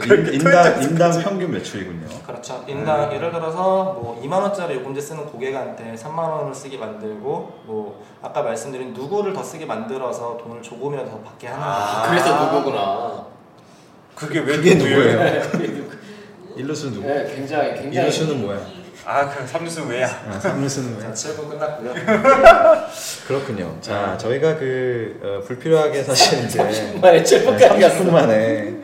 Speaker 1: 인- 인당 인당 평균 매출이군요.
Speaker 6: 그렇죠. 인당 예를 들어서 뭐 2만 원짜리 요금제 쓰는 고객한테 3만 원을 쓰게 만들고 뭐 아까 말씀드린 누구를 더 쓰게 만들어서 돈을 조금이라도 더 받게 하는
Speaker 3: 아.
Speaker 2: 그래서 누구구나.
Speaker 3: 그게 왜
Speaker 1: 그게
Speaker 3: 누구예요?
Speaker 1: 누구예요?
Speaker 3: 그
Speaker 1: 일루스 누구?
Speaker 2: 네, 굉장히 굉장히
Speaker 1: 일루스는 뭐야?
Speaker 3: 아 그럼 삼루스 왜야?
Speaker 1: 아, 삼루스는 뭐야?
Speaker 6: 거죠. 자, 7분 끝났고요.
Speaker 1: 그렇군요. 자, 저희가 그 어, 불필요하게 사실 이제
Speaker 2: 정말 아, 제목까지
Speaker 3: 네,
Speaker 2: 갔어.
Speaker 1: 30분 만에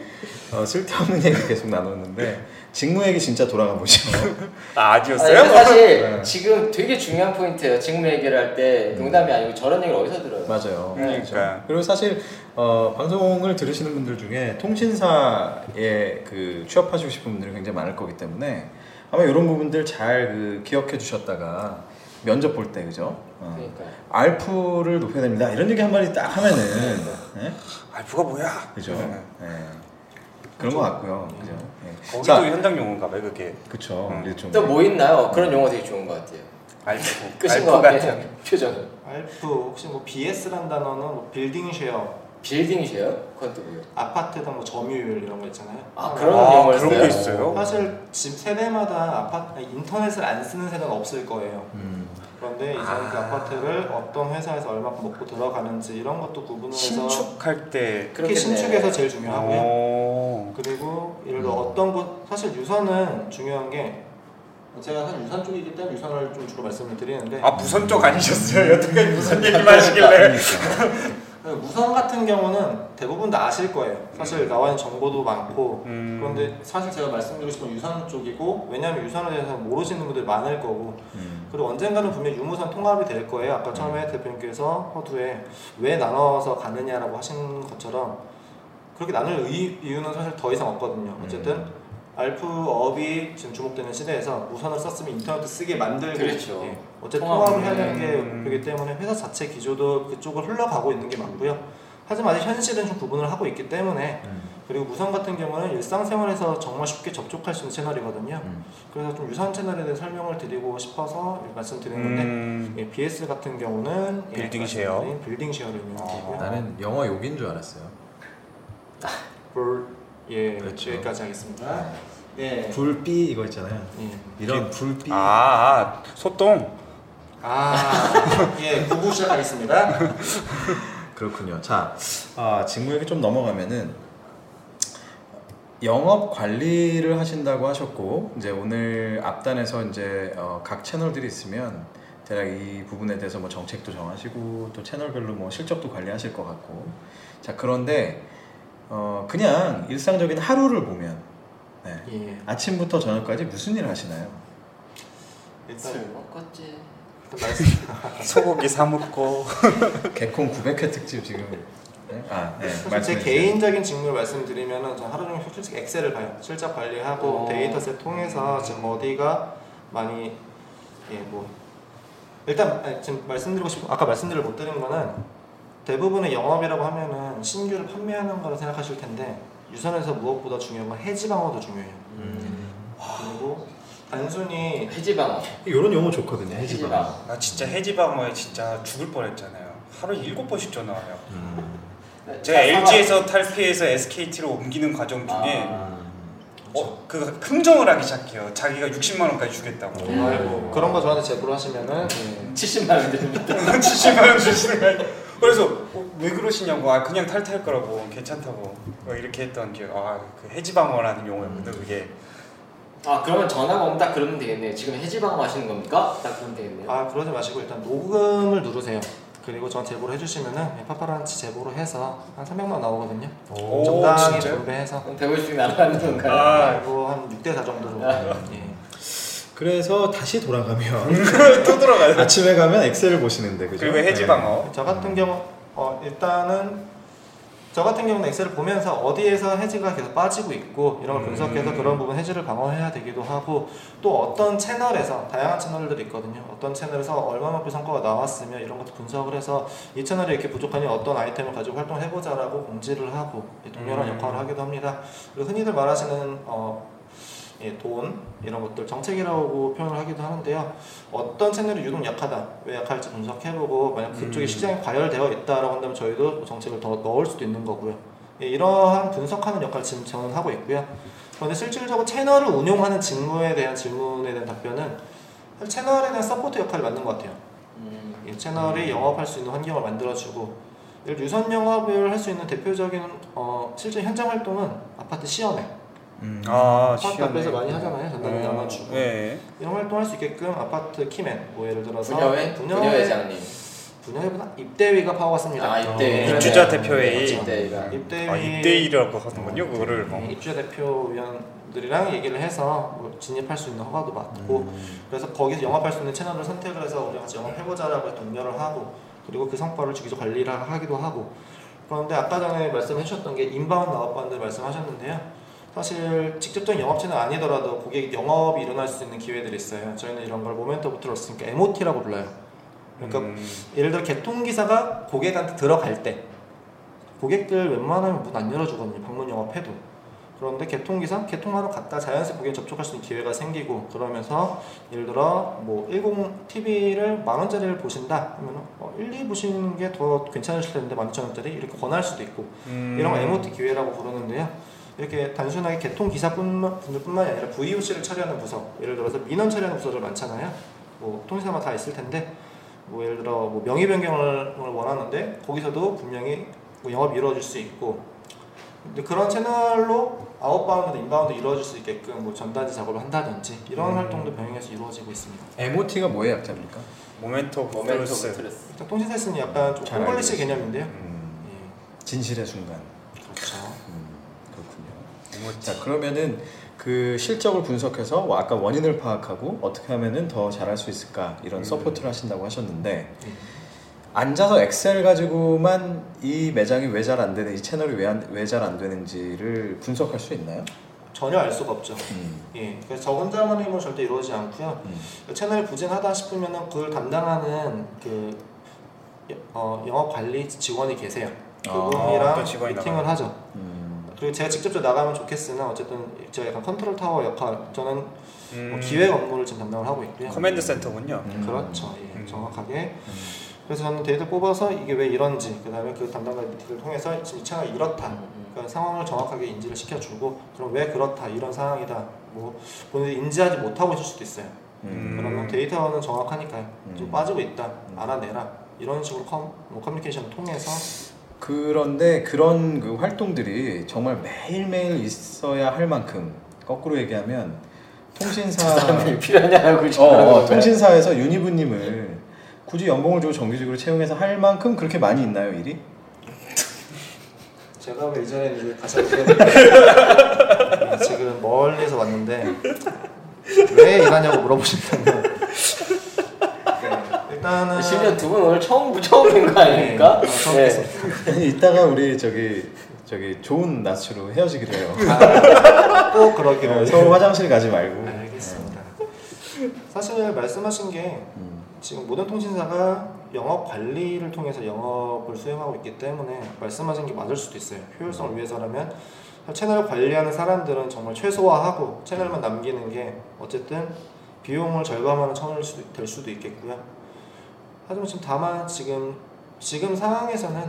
Speaker 1: 어, 쓸데없는 얘기 계속 나눴는데 직무 얘기 진짜 돌아가 보죠. [LAUGHS]
Speaker 3: 아
Speaker 2: 아니, 근데
Speaker 3: 아니었어요?
Speaker 2: 사실
Speaker 1: 네.
Speaker 2: 지금 되게 중요한 포인트예요. 직무 얘기를 할 때
Speaker 3: 음.
Speaker 2: 농담이 아니고 저런 얘기를 어디서 들어요?
Speaker 1: 맞아요. 그렇죠.
Speaker 3: 그러니까.
Speaker 1: 그리고 사실 어, 방송을 들으시는 분들 중에 통신사에 그 취업하시고 싶은 분들이 굉장히 많을 거기 때문에 아마 이런 부분들 잘 그 기억해 주셨다가 면접 볼 때 그죠?
Speaker 3: 아.
Speaker 1: 어.
Speaker 2: 그러니까
Speaker 1: 알프를 높여야 됩니다. 이런 얘기 한 마디 딱 하면은 예?
Speaker 3: 알프가 뭐야?
Speaker 1: 그죠?
Speaker 3: 네.
Speaker 1: 예. 그런 거 같고요. 그죠? 예.
Speaker 3: 거기도
Speaker 1: 자,
Speaker 3: 현장 용어인가 봐요 그게
Speaker 1: 그쵸.
Speaker 3: 음.
Speaker 1: 이제 좀
Speaker 2: 또 뭐 있나요? 그런 용어 되게 좋은 것 같아요.
Speaker 3: 알프
Speaker 2: 끝인
Speaker 3: 알프
Speaker 2: 것
Speaker 3: 같은
Speaker 2: 같아요. [LAUGHS] 표정.
Speaker 6: 알프 혹시 뭐 BS란 단어는 뭐 빌딩 쉐어,
Speaker 2: 빌딩이세요? 그건 또 뭐예요?
Speaker 6: 아파트당 뭐 점유율 이런 거 있잖아요.
Speaker 2: 아
Speaker 3: 아
Speaker 2: 그런 용어
Speaker 3: 그런 게 있어요? 아,
Speaker 6: 사실 집 세대마다 아파트 인터넷을 안 쓰는 세대는 없을 거예요.
Speaker 1: 음,
Speaker 6: 그런데 이제
Speaker 3: 아.
Speaker 6: 그 아파트를 어떤 회사에서 얼마큼 먹고 들어가는지 이런 것도 구분을 해서
Speaker 3: 신축할 때 어.
Speaker 6: 특히 신축에서 제일 중요하고요.
Speaker 3: 오.
Speaker 6: 그리고 예를 들어 어떤 곳 사실 유선은 중요한 게 제가 사실 유선 쪽이기 때문에 유선을 좀 주로 말씀을 드리는데
Speaker 3: 아 무선 쪽 아니셨어요? 여태까지 무선 얘기만 하시길래
Speaker 1: 그러니까.
Speaker 6: 무선 같은 경우는 대부분 다 아실 거예요. 사실 나와 있는 정보도 많고
Speaker 3: 음.
Speaker 6: 그런데 사실 제가 말씀드리고 싶은 건 유선 쪽이고 왜냐하면 유선에 대해서 모르시는 분들이 많을 거고
Speaker 1: 음.
Speaker 6: 그리고 언젠가는 분명 유무선 통합이 될 거예요. 아까 처음에 대표님께서 허두에 왜 나눠서 가느냐라고 하신 것처럼 그렇게 나눌 의- 이유는 사실 더 이상 없거든요.
Speaker 2: 음.
Speaker 6: 어쨌든 알프업이 지금 주목되는 시대에서 무선을 썼으면 인터넷도 쓰게 만들고
Speaker 2: 그렇죠.
Speaker 6: 예. 어쨌든
Speaker 2: 통합을
Speaker 6: 통합을 해야 되는
Speaker 3: 음.
Speaker 6: 게 그렇기 때문에 회사 자체 기조도 그쪽으로 흘러가고 있는 게 맞고요. 하지만 아직 현실은 좀 구분을 하고 있기 때문에
Speaker 1: 음.
Speaker 6: 그리고 무선 같은 경우는 일상생활에서 정말 쉽게 접촉할 수 있는 채널이거든요.
Speaker 1: 음.
Speaker 6: 그래서 좀 유선 채널에 대해 설명을 드리고 싶어서 말씀드리는 건데
Speaker 3: 음.
Speaker 6: 예, BS 같은 경우는 예,
Speaker 3: 빌딩 쉐어. 아,
Speaker 6: 말씀드린 빌딩 쉐어를 의미하고요.
Speaker 1: 나는 영어 욕인 줄 알았어요.
Speaker 6: 볼 예,
Speaker 1: 그렇죠.
Speaker 6: 여기까지 하겠습니다. 네.
Speaker 1: 불비 이거 있잖아요.
Speaker 6: 예.
Speaker 1: 이런 불비.
Speaker 3: 아, 아 소똥.
Speaker 6: 아, [LAUGHS] 예, 9부 시작하겠습니다.
Speaker 1: 그렇군요. 자, 아, 직무에게 좀 넘어가면은 영업 관리를 하신다고 하셨고 이제 오늘 앞단에서 이제 어, 각 채널들이 있으면 대략 이 부분에 대해서 뭐 정책도 정하시고 또 채널별로 뭐 실적도 관리하실 것 같고 자 그런데 어, 그냥 일상적인 하루를 보면 네,
Speaker 6: 예.
Speaker 1: 아침부터 저녁까지 무슨 일을 하시나요?
Speaker 6: 일단
Speaker 2: 먹었지.
Speaker 6: 말씀
Speaker 3: 소고기 사 먹고.
Speaker 1: 개콘 900회 특집 지금 네? 아, 네,
Speaker 6: 제
Speaker 1: 말씀해 주세요.
Speaker 6: 개인적인 직무를 말씀드리면은 저 하루 종일 솔직히 엑셀을 봐요. 실적 관리하고
Speaker 2: 어.
Speaker 6: 데이터셋 통해서 지금 어디가 많이 예 뭐 일단 아, 지금 말씀드리고 싶은 아까 말씀드려 못 드린 거는 대부분의 영업이라고 하면은 신규를 판매하는 거라 생각하실 텐데 유선에서 무엇보다 중요한 건 해지 방어도 중요해요.
Speaker 1: 음.
Speaker 6: 그리고 단순히
Speaker 2: 해지방어.
Speaker 1: 이런 용어 좋거든요 해지방.
Speaker 2: 해지방.
Speaker 3: 나 진짜 해지방어에 진짜 죽을 뻔했잖아요. 하루 일곱 번씩 전화 와요.
Speaker 1: 음.
Speaker 3: 제가 아. LG에서 탈피해서 SKT로 옮기는 과정 중에 어, 그 흥정을 하기 시작해요. 자기가 60만 원까지 주겠다고. [LAUGHS]
Speaker 1: 음.
Speaker 6: 아이고 그런 거 저한테 제보를 하시면은
Speaker 1: 네.
Speaker 6: 예.
Speaker 2: 70만 원 드립니다.
Speaker 3: 70만 원 주시는 거예요. 그래서 어, 왜 그러시냐고. 아 그냥 탈탈 거라고 괜찮다고. 막 이렇게 했던 게아그 해지방어라는 용어였거든 그게.
Speaker 2: 아 그러면 전화가 오면 딱 그러면 되겠네요. 지금 해지방어 하시는 겁니까? 딱 그러면 되겠네요.
Speaker 6: 아 그러지 마시고 일단 녹음을 누르세요. 그리고 저 제보를 해주시면은 예, 파파란치 제보로 해서 한 300만 나오거든요.
Speaker 3: 오,
Speaker 6: 적당히
Speaker 3: 진짜요?
Speaker 6: 분배해서
Speaker 2: 그럼 150씩 나눠가는 건가요?
Speaker 3: 아
Speaker 6: 그리고 한 6대 4 정도로. 예.
Speaker 1: 그래서 다시 돌아가면 [LAUGHS]
Speaker 3: 또 들어가요.
Speaker 1: 아침에 가면 엑셀을 보시는데 그죠? 네.
Speaker 3: 그리고 해지방어.
Speaker 6: 저 같은 경우 어, 일단은 저 같은 경우는 엑셀을 보면서 어디에서 해지가 계속 빠지고 있고 이런 걸 분석해서 그런 부분 해지를 방어해야 되기도 하고 또 어떤 채널에서 다양한 채널들이 있거든요. 어떤 채널에서 얼마만큼 성과가 나왔으며 이런 것도 분석을 해서 이 채널이 이렇게 부족하니 어떤 아이템을 가지고 활동을 해보자라고 공지를 하고 이 동료랑
Speaker 3: 음.
Speaker 6: 역할을 하기도 합니다. 그리고 흔히들 말하시는 어, 예, 돈 이런 것들 정책이라고 표현을 하기도 하는데요. 어떤 채널이 유독 약하다, 왜 약할지 분석해보고 만약 그쪽에 시장이 과열되어 있다라고 한다면 저희도 뭐 정책을 더 넣을 수도 있는 거고요. 예, 이러한 분석하는 역할을 지금 저는 하고 있고요. 그런데 실질적으로 채널을 운용하는 직무에 대한 질문에 대한 답변은 사실 채널에 대한 서포트 역할을 맡는 것 같아요.
Speaker 2: 음.
Speaker 6: 이 채널이 영업할 수 있는 환경을 만들어주고 예를 들어 유선 영업을 할 수 있는 대표적인 어, 실제 현장 활동은 아파트 시험회,
Speaker 1: 음.
Speaker 3: 아 네.
Speaker 6: 아파트 앞에서 많이 하잖아요. 전담이 나눠주고
Speaker 3: 예.
Speaker 6: 이런 활동할 수 있게끔 아파트 키맨 뭐 예를 들어서
Speaker 2: 분여회?
Speaker 6: 분여회
Speaker 2: 분여회장님.
Speaker 6: 분여회보다 입대위가 파워가 셉니다.
Speaker 2: 아 입대.
Speaker 3: 입주자 대표회의.
Speaker 2: 입대가.
Speaker 6: 입대위
Speaker 3: 아 2대1이라고 하는군요 그거를. 뭐.
Speaker 6: 네, 입주자 대표 위원들이랑 얘기를 해서 뭐 진입할 수 있는 허가도 받고 그래서 거기서 영업할 수 있는 채널을 선택을 해서 우리 같이 영업해보자라고 독려를 하고 그리고 그 성과를 주기적 관리를 하기도 하고 그런데 아까 전에 말씀해 주셨던 게 인바운드 아웃바운드 말씀하셨는데요 사실 직접적인 영업 채널 아니더라도 고객 영업이 일어날 수 있는 기회들이 있어요 저희는 이런 걸 모멘텀부터 들었으니까 MOT라고 불러요 그러니까
Speaker 3: 음.
Speaker 6: 예를 들어 개통기사가 고객한테 들어갈 때 고객들 웬만하면 문 안 열어주거든요 방문 영업해도 그런데 개통기사 개통하러 갔다 자연스럽게 고객 접촉할 수 있는 기회가 생기고 그러면서 예를 들어 뭐10 TV를 만 원짜리를 보신다 하면 어, 1, 2 보시는 게 더 괜찮으실 텐데 12,000원짜리 이렇게 권할 수도 있고 음. 이런
Speaker 3: 음.
Speaker 1: 음.
Speaker 6: 거 MOT 기회라고 부르는데요. 이렇게 단순하게 개통 기사뿐만 분들뿐만이 아니라 VOC를 처리하는 부서, 예를 들어서 민원 처리하는 부서들 많잖아요. 뭐 통신사마다 다 있을 텐데, 뭐 예를 들어 뭐 명의 변경을 원하는데 거기서도 분명히 뭐 영업이 이루어질 수 있고, 근데 그런 채널로 아웃바운드, 인바운드 이루어질 수 있게끔 뭐 전단지 작업을 한다든지
Speaker 1: 음.
Speaker 6: 이런 활동도 병행해서 이루어지고 있습니다.
Speaker 1: MOT가 뭐의 약자입니까?
Speaker 3: 모멘토
Speaker 2: 모멘텀
Speaker 3: 브루스.
Speaker 2: 스트레스.
Speaker 6: 일단 통신사에서는 약간 좀
Speaker 1: 잘
Speaker 6: 콩글리시
Speaker 1: 알겠습니다.
Speaker 6: 개념인데요.
Speaker 1: 음,
Speaker 6: 예,
Speaker 1: 진실의 순간.
Speaker 6: 그렇죠.
Speaker 1: 음, 그렇군요. 자 그러면은 그 실적을 분석해서 뭐 아까 원인을 파악하고 어떻게 하면은 더 잘할 수 있을까 이런 서포트를 하신다고 하셨는데
Speaker 6: 예.
Speaker 1: 앉아서 엑셀 가지고만 이 매장이 왜 잘 안 되는 이 채널이 왜 잘 안 되는지를 분석할 수 있나요?
Speaker 6: 전혀 알 수가 없죠.
Speaker 1: 음.
Speaker 6: 예, 그래서 저 혼자만의 힘으로 절대 이루어지지 않고요.
Speaker 1: 음.
Speaker 6: 채널이 부진하다 싶으면은 그걸 담당하는 그 여- 어, 영업 관리 직원이 계세요.
Speaker 1: 아,
Speaker 6: 그분이랑
Speaker 3: 또 직원이
Speaker 6: 미팅을 하죠.
Speaker 1: 음.
Speaker 6: 그리고 제가 직접적 나가면 좋겠으나 어쨌든 제가 약간 컨트롤 타워 역할, 저는 뭐
Speaker 3: 음.
Speaker 6: 기획 업무를 지금 담당을 하고 있고요.
Speaker 3: 커맨드 센터군요.
Speaker 1: 음.
Speaker 6: 그렇죠. 예,
Speaker 3: 음.
Speaker 6: 정확하게 그래서 저는 데이터를 뽑아서 이게 왜 이런지 그 다음에 그 담당자 미팅을 통해서 지금 이 채널 이렇다
Speaker 2: 음,
Speaker 6: 그러니까 상황을 정확하게 인지를 시켜주고 그럼 왜 그렇다 이런 상황이다 뭐 본인이 인지하지 못하고 있을 수도 있어요
Speaker 1: 음.
Speaker 6: 그러면 뭐 데이터는 정확하니까요 좀
Speaker 1: 음.
Speaker 6: 빠지고 있다 알아내라 이런 식으로 컴, 뭐 커뮤니케이션을 통해서
Speaker 1: 그런데 그런 그 활동들이 정말 매일매일 있어야 할 만큼 거꾸로 얘기하면
Speaker 3: [LAUGHS]
Speaker 6: 아.
Speaker 1: 통신사
Speaker 2: 사람이 필요하냐고
Speaker 1: 어,
Speaker 2: 지금 그런
Speaker 1: 어,
Speaker 3: 네.
Speaker 2: 거예요.
Speaker 1: 통신사에서 유니브님을 굳이 연봉을 주고 정규직으로 채용해서 할 만큼 그렇게 많이 있나요 일이? [LAUGHS]
Speaker 6: 제가 왜 이전에 이제 [LAUGHS] 가장 아, 지금 멀리서 왔는데 왜 일하냐고 물어보신다면 네, 일단은
Speaker 2: 심지어 두 분 오늘 처음 처음인 거 아, 아닙니까?
Speaker 6: 네, 어, 처음 뵙습니다.
Speaker 1: 이따가 우리 저기 저기 좋은 낯으로 헤어지기로 해요.
Speaker 3: 아,
Speaker 6: 꼭 그러기로
Speaker 3: 네.
Speaker 1: 어, 서로 화장실 가지 말고.
Speaker 6: 알겠습니다. 사실 말씀하신 게
Speaker 1: 음.
Speaker 6: 지금 모든 통신사가 영업 관리를 통해서 영업을 수행하고 있기 때문에 말씀하신 게 맞을 수도 있어요. 효율성을 위해서라면 채널을 관리하는 사람들은 정말 최소화하고 채널만 남기는 게 어쨌든 비용을 절감하는 천일 수도, 될 수도 있겠고요. 하지만 지금 다만 지금 지금 상황에서는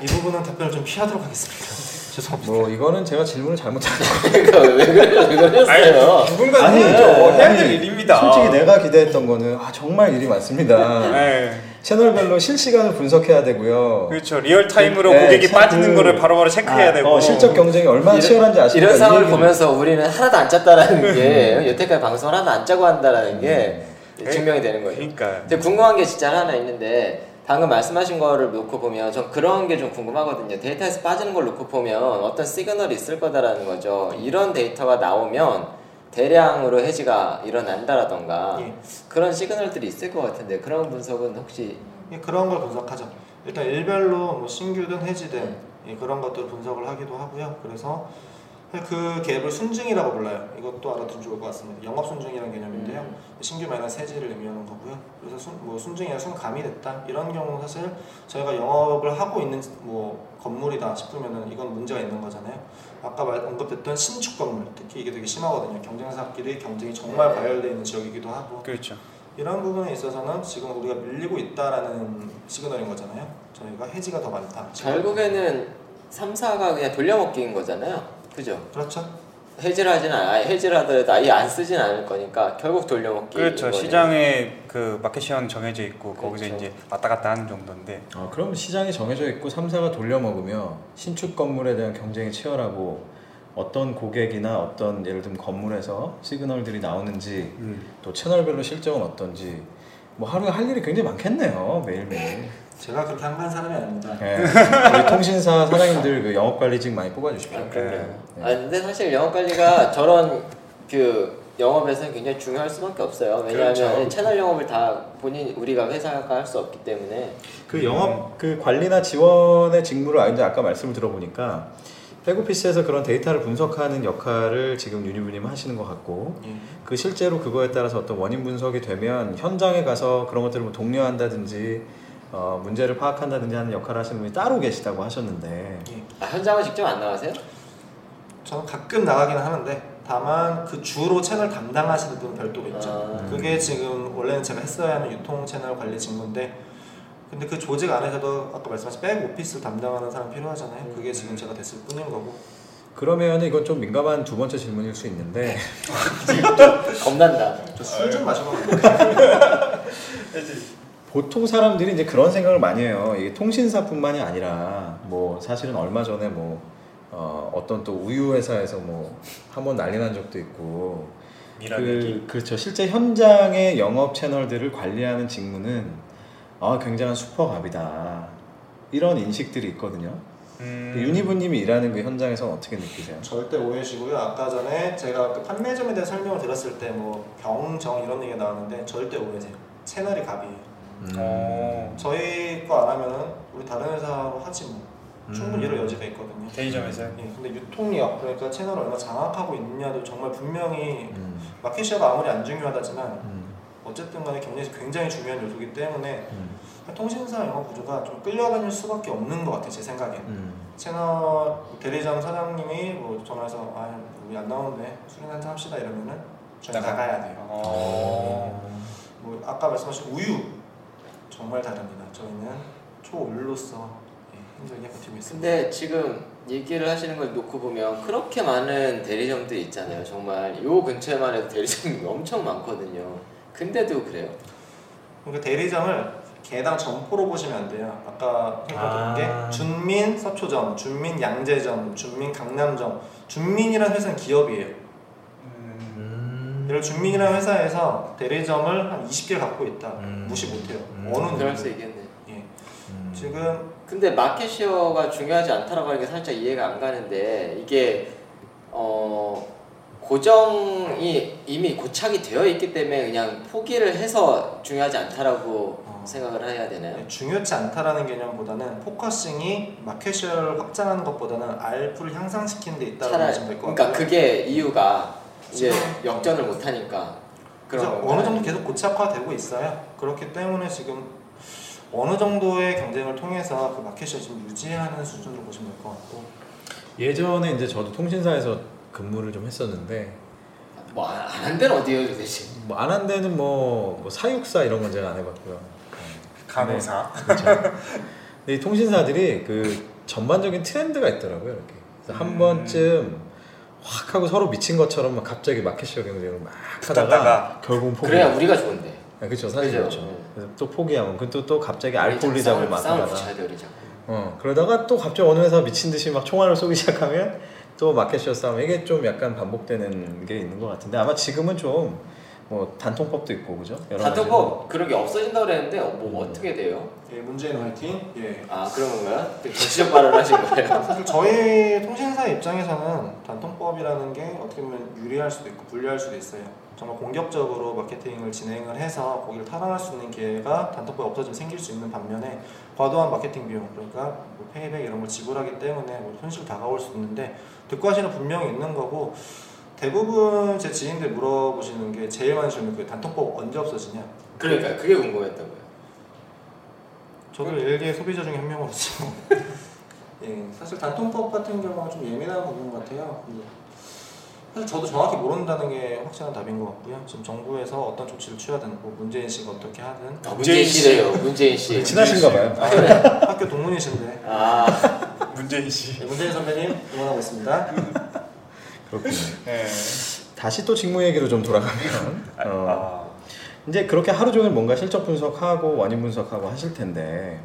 Speaker 6: 이 부분은 답변을 좀 피하도록 하겠습니다. [LAUGHS] 죄송합니다.
Speaker 1: 뭐 이거는 제가 질문을 잘못한 거
Speaker 2: 그러니까 [LAUGHS] 왜 그래 왜 그랬어요?
Speaker 3: 아, 누군가
Speaker 1: 아니,
Speaker 3: 해야죠. 해야 될
Speaker 1: 아니,
Speaker 3: 일입니다.
Speaker 1: 솔직히 내가 기대했던 거는 아 정말 일이 많습니다.
Speaker 3: 네.
Speaker 1: 채널별로 실시간을 분석해야 되고요.
Speaker 3: 그렇죠. 리얼 타임으로
Speaker 1: 네,
Speaker 3: 고객이
Speaker 1: 참
Speaker 3: 빠지는
Speaker 1: 그-
Speaker 3: 거를 바로바로 체크해야
Speaker 1: 아,
Speaker 3: 되고.
Speaker 1: 어, 실적 경쟁이 얼마나 치열한지 아십니까?
Speaker 2: 이런
Speaker 1: 이
Speaker 2: 상황을
Speaker 1: 얘기는. 음.
Speaker 2: 보면서 우리는 하나도 안 짰다라는 게 여태까지 방송을 하나도 안 짜고 한다라는 게
Speaker 1: 음.
Speaker 2: 증명이 되는 거예요.
Speaker 3: 그러니까
Speaker 2: 근데 궁금한 게 진짜 하나 있는데 방금 말씀하신 거를 놓고 보면 전 그런 게 좀 궁금하거든요. 데이터에서 빠지는 걸 놓고 보면 어떤 시그널이 있을 거다라는 거죠. 이런 데이터가 나오면 대량으로 해지가 일어난다라던가
Speaker 6: 예.
Speaker 2: 그런 시그널들이 있을 것 같은데 그런 분석은 혹시
Speaker 6: 예, 그런 걸 분석하죠. 일단 일별로 뭐 신규든 해지든 예, 그런 것들 분석을 하기도 하고요. 그래서 그 갭을 순증이라고 불러요. 이것도 알아두면 좋을 것 같습니다. 영업 순증이라는 개념인데요. 신규 마이너스 해지를 의미하는 거고요. 그래서 순, 뭐 순증이나 순감이 됐다 이런 경우 사실 저희가 영업을 하고 있는 뭐 건물이다 싶으면은 이건 문제가 있는 거잖아요. 아까 말, 언급했던 신축 건물 특히 이게 되게 심하거든요. 경쟁사끼리 경쟁이 정말 과열되어 있는 지역이기도 하고
Speaker 3: 그렇죠.
Speaker 6: 이런 부분에 있어서는 지금 우리가 밀리고 있다라는 시그널인 거잖아요. 저희가 해지가 더 많다.
Speaker 2: 결국에는 3사가 그냥 돌려먹기인 거잖아요. 그죠?
Speaker 6: 그렇죠.
Speaker 2: 해지를 하진 않아. 아예 해지를 하더라도 아예 안 쓰진 않을 거니까 결국 돌려먹기.
Speaker 3: 그렇죠. 시장에 그 마켓 시장 정해져 있고 거기서
Speaker 2: 그렇죠.
Speaker 3: 이제 왔다 갔다 하는 정도인데
Speaker 1: 아, 그럼 시장이 정해져 있고 3사가 돌려먹으며 신축 건물에 대한 경쟁이 치열하고 어떤 고객이나 어떤 예를 들면 건물에서 시그널들이 나오는지 또 채널별로 실적은 어떤지 뭐 하루에 할 일이 굉장히 많겠네요 매일매일
Speaker 6: 제가 그렇게 한가한 사람이 아닙니다.
Speaker 1: 예. 우리 통신사 사장님들 그 영업관리직 많이 뽑아주십시오
Speaker 2: 아, 그래요.
Speaker 1: 네.
Speaker 2: 아 근데 사실 영업 관리가 저런 그 영업에서 는 굉장히 중요할 수밖에 없어요. 왜냐하면
Speaker 3: 그렇죠.
Speaker 2: 채널 영업을 다 본인 우리가 회사가 할 수 없기 때문에
Speaker 1: 그 영업 그 관리나 지원의 직무를 아 이제 아까 말씀을 들어보니까 백오피스에서 그런 데이터를 분석하는 역할을 지금 유니브님 하시는 것 같고
Speaker 6: 예.
Speaker 1: 그 실제로 그거에 따라서 어떤 원인 분석이 되면 현장에 가서 그런 것들을 뭐 독려한다든지 어, 문제를 파악한다든지 하는 역할을 하시는 분이 따로 계시다고 하셨는데
Speaker 6: 예.
Speaker 2: 아, 현장은 직접 안 나가세요?
Speaker 6: 저는 가끔 나가긴 하는데 다만 그 주로 채널 담당하시는 분은 별도로
Speaker 3: 그렇죠.
Speaker 6: 있죠.
Speaker 2: 아.
Speaker 6: 그게 지금 원래는 제가 했어야 하는 유통 채널 관리 직무인데 근데 그 조직 안에서도 아까 말씀하신 백 오피스 담당하는 사람 필요하잖아요. 그게 지금 제가 됐을 뿐인 거고
Speaker 1: 그러면 이건 좀 민감한 두 번째 질문일 수 있는데
Speaker 2: 겁난다.
Speaker 6: 저 술 좀 마시고
Speaker 1: 보통 사람들이 이제 그런 생각을 많이 해요. 이게 통신사뿐만이 아니라 뭐 사실은 얼마 전에 뭐 어, 떤또 우유 회사에서 뭐 한번 난리 난 적도 있고 그, 그렇죠. 실제 현장의 영업 채널들을 관리하는 직무는 아 굉장한 슈퍼갑이다 이런 인식들이 있거든요.
Speaker 3: 음,
Speaker 1: 그 유니브님이 일하는 그 현장에서 어떻게 느끼세요?
Speaker 6: 절대 오해시고요. 아까 전에 제가 그 판매점에 대한 설명을 드렸을 때 뭐 병정 이런 얘기가 나왔는데 절대 오해세요. 채널이 갑이에요. 음.
Speaker 3: 어,
Speaker 6: 저희 거 안 하면은 우리 다른 회사로 하지 뭐 충분히 이럴 여지가 있거든요.
Speaker 3: 대리점에서
Speaker 6: 예, 근데 유통력 그러니까 채널을 얼마나 장악하고 있느냐도 정말 분명히
Speaker 1: 음.
Speaker 6: 마켓시어가 아무리 안 중요하다지만
Speaker 1: 음.
Speaker 6: 어쨌든 간에 경쟁이 굉장히 중요한 요소이기 때문에
Speaker 1: 음.
Speaker 6: 통신사 영업 구조가 좀 끌려다닐 수밖에 없는 것 같아요 제 생각엔.
Speaker 1: 음.
Speaker 6: 채널 대리점 사장님이 뭐 전화해서 아 우리 안 나오는데 술이나 한잔 합시다 이러면은 저희
Speaker 3: 나가.
Speaker 6: 나가야 돼요.
Speaker 3: 어.
Speaker 6: 뭐 아까 말씀하신 우유 정말 다릅니다. 저희는 초올로서 예, 힘들게 버티고 있습니다.
Speaker 2: 근데 지금 얘기를 하시는 걸 놓고 보면 그렇게 많은 대리점들 있잖아요. 정말 요 근처에만 해도 대리점이 [LAUGHS] 엄청 많거든요. 근데도 그래요.
Speaker 6: 그러니까 대리점을 개당 점포로 보시면 안 돼요.
Speaker 7: 아.
Speaker 6: 아까 생각드린 게 준민 서초점, 준민 양재점, 준민 강남점, 준민이라는 회사는 기업이에요.
Speaker 3: 음.
Speaker 6: 예를 들어 준민이라는 회사에서 대리점을 한 20개 갖고 있다.
Speaker 1: 음.
Speaker 6: 무시 못해요.
Speaker 1: 음.
Speaker 6: 어느
Speaker 2: 그럴 수
Speaker 6: 누구도.
Speaker 2: 있겠네.
Speaker 6: 예.
Speaker 1: 음.
Speaker 6: 지금
Speaker 2: 근데 마켓쉐어가 중요하지 않다라고 하는 게 살짝 이해가 안 가는데 이게 어 고정이 이미 고착이 되어 있기 때문에 그냥 포기를 해서 중요하지 않다라고
Speaker 6: 어,
Speaker 2: 생각을 해야
Speaker 1: 네,
Speaker 2: 되나요?
Speaker 6: 중요치 않다라는 개념보다는 포커싱이 마켓쉐어를 확장하는 것보다는 알프를 향상시키는 데 있다고
Speaker 2: 차라리
Speaker 6: 보시면 될 것
Speaker 2: 그러니까
Speaker 6: 같아요.
Speaker 2: 그게 이유가 이제 역전을 못 하니까 그런
Speaker 6: 그래서
Speaker 2: 건가요?
Speaker 6: 어느 정도 계속 고착화되고 있어요. 그렇기 때문에 지금 어느 정도의 경쟁을 통해서 그 마켓을 지금 유지하는 수준으로 보시면 될 것 같고
Speaker 1: 예전에 이제 저도 통신사에서 근무를 좀 했었는데
Speaker 2: 뭐안 데는 어디예요 도대체?
Speaker 1: 뭐 안 한 데는 뭐, 뭐 사육사 이런 건 제가 안 해봤고요.
Speaker 3: 간호사.
Speaker 1: 그렇죠. 근데 이 통신사들이 그 전반적인 트렌드가 있더라고요. 이렇게 그래서 한
Speaker 3: 음.
Speaker 1: 번쯤 확 하고 서로 미친 것처럼 막 갑자기 마켓시어 경쟁을 막 하다가
Speaker 3: 붙었다가.
Speaker 1: 결국은 포기.
Speaker 2: 그래야 우리가 좋은데.
Speaker 1: 네, 그렇죠. 사실
Speaker 2: 그죠.
Speaker 1: 그렇죠. 그래서 또 포기하면 그또 또 갑자기 알코올리즘을
Speaker 2: 우리 싸움을
Speaker 1: 맡다가
Speaker 2: 붙여야 돼 우리 자꾸.
Speaker 1: 어 그러다가 또 갑자기 어느 회사 미친 듯이 막 총알을 쏘기 시작하면 또 마켓쇼 싸움 이게 좀 약간 반복되는 게 있는 것 같은데 아마 지금은 좀 뭐 단통법도 있고 그죠? 여러 가지로. 음.
Speaker 2: 다토법 뭐 그런 게 없어진다 그랬는데 어, 뭐 어떻게 돼요?
Speaker 6: 예, 문재인 화이팅! 예.
Speaker 2: 아 그런 건가요? 되게 정치적 발언을 하신 거예요?
Speaker 6: 사실 저희 통신사 입장에서는 단통법이라는 게 어떻게 보면 유리할 수도 있고 불리할 수도 있어요. 정말 공격적으로 마케팅을 진행을 해서 거기를 탈환할 수 있는 기회가 단통법이 없어지면 생길 수 있는 반면에 과도한 마케팅 비용 그러니까 뭐 페이백 이런 걸 지불하기 때문에 뭐 손실 다가올 수 있는데 득과실은 분명히 있는 거고 대부분 제 지인들 물어보시는 게 제일 많은 질문이 그 단통법 언제 없어지냐
Speaker 2: 그러니까 그게 궁금했다고요.
Speaker 6: 저도 일개 소비자 중에 한 명으로서 [LAUGHS] 예 사실 단통법 같은 경우가 좀 예민한 부분 같아요. 근데 사실 저도 정확히 모른다는 게 확실한 답인 것 같고요. 지금 정부에서 어떤 조치를 취하든 뭐 문재인 씨가 어떻게 하든
Speaker 2: 아, 문재인 씨래요. 그 문재인 씨.
Speaker 1: 친하신가
Speaker 3: [LAUGHS]
Speaker 1: 봐요.
Speaker 6: 아, 네. 학교 동문이신데
Speaker 2: 아
Speaker 3: 문재인 씨.
Speaker 6: 예, 문재인 선배님 응원하고 있습니다.
Speaker 1: 그렇군요.
Speaker 3: 네.
Speaker 1: 다시 또 직무 얘기로 좀 돌아가면
Speaker 3: 아,
Speaker 1: 어,
Speaker 3: 아.
Speaker 1: 이제 그렇게 하루 종일 뭔가 실적 분석하고 원인 분석하고 하실 텐데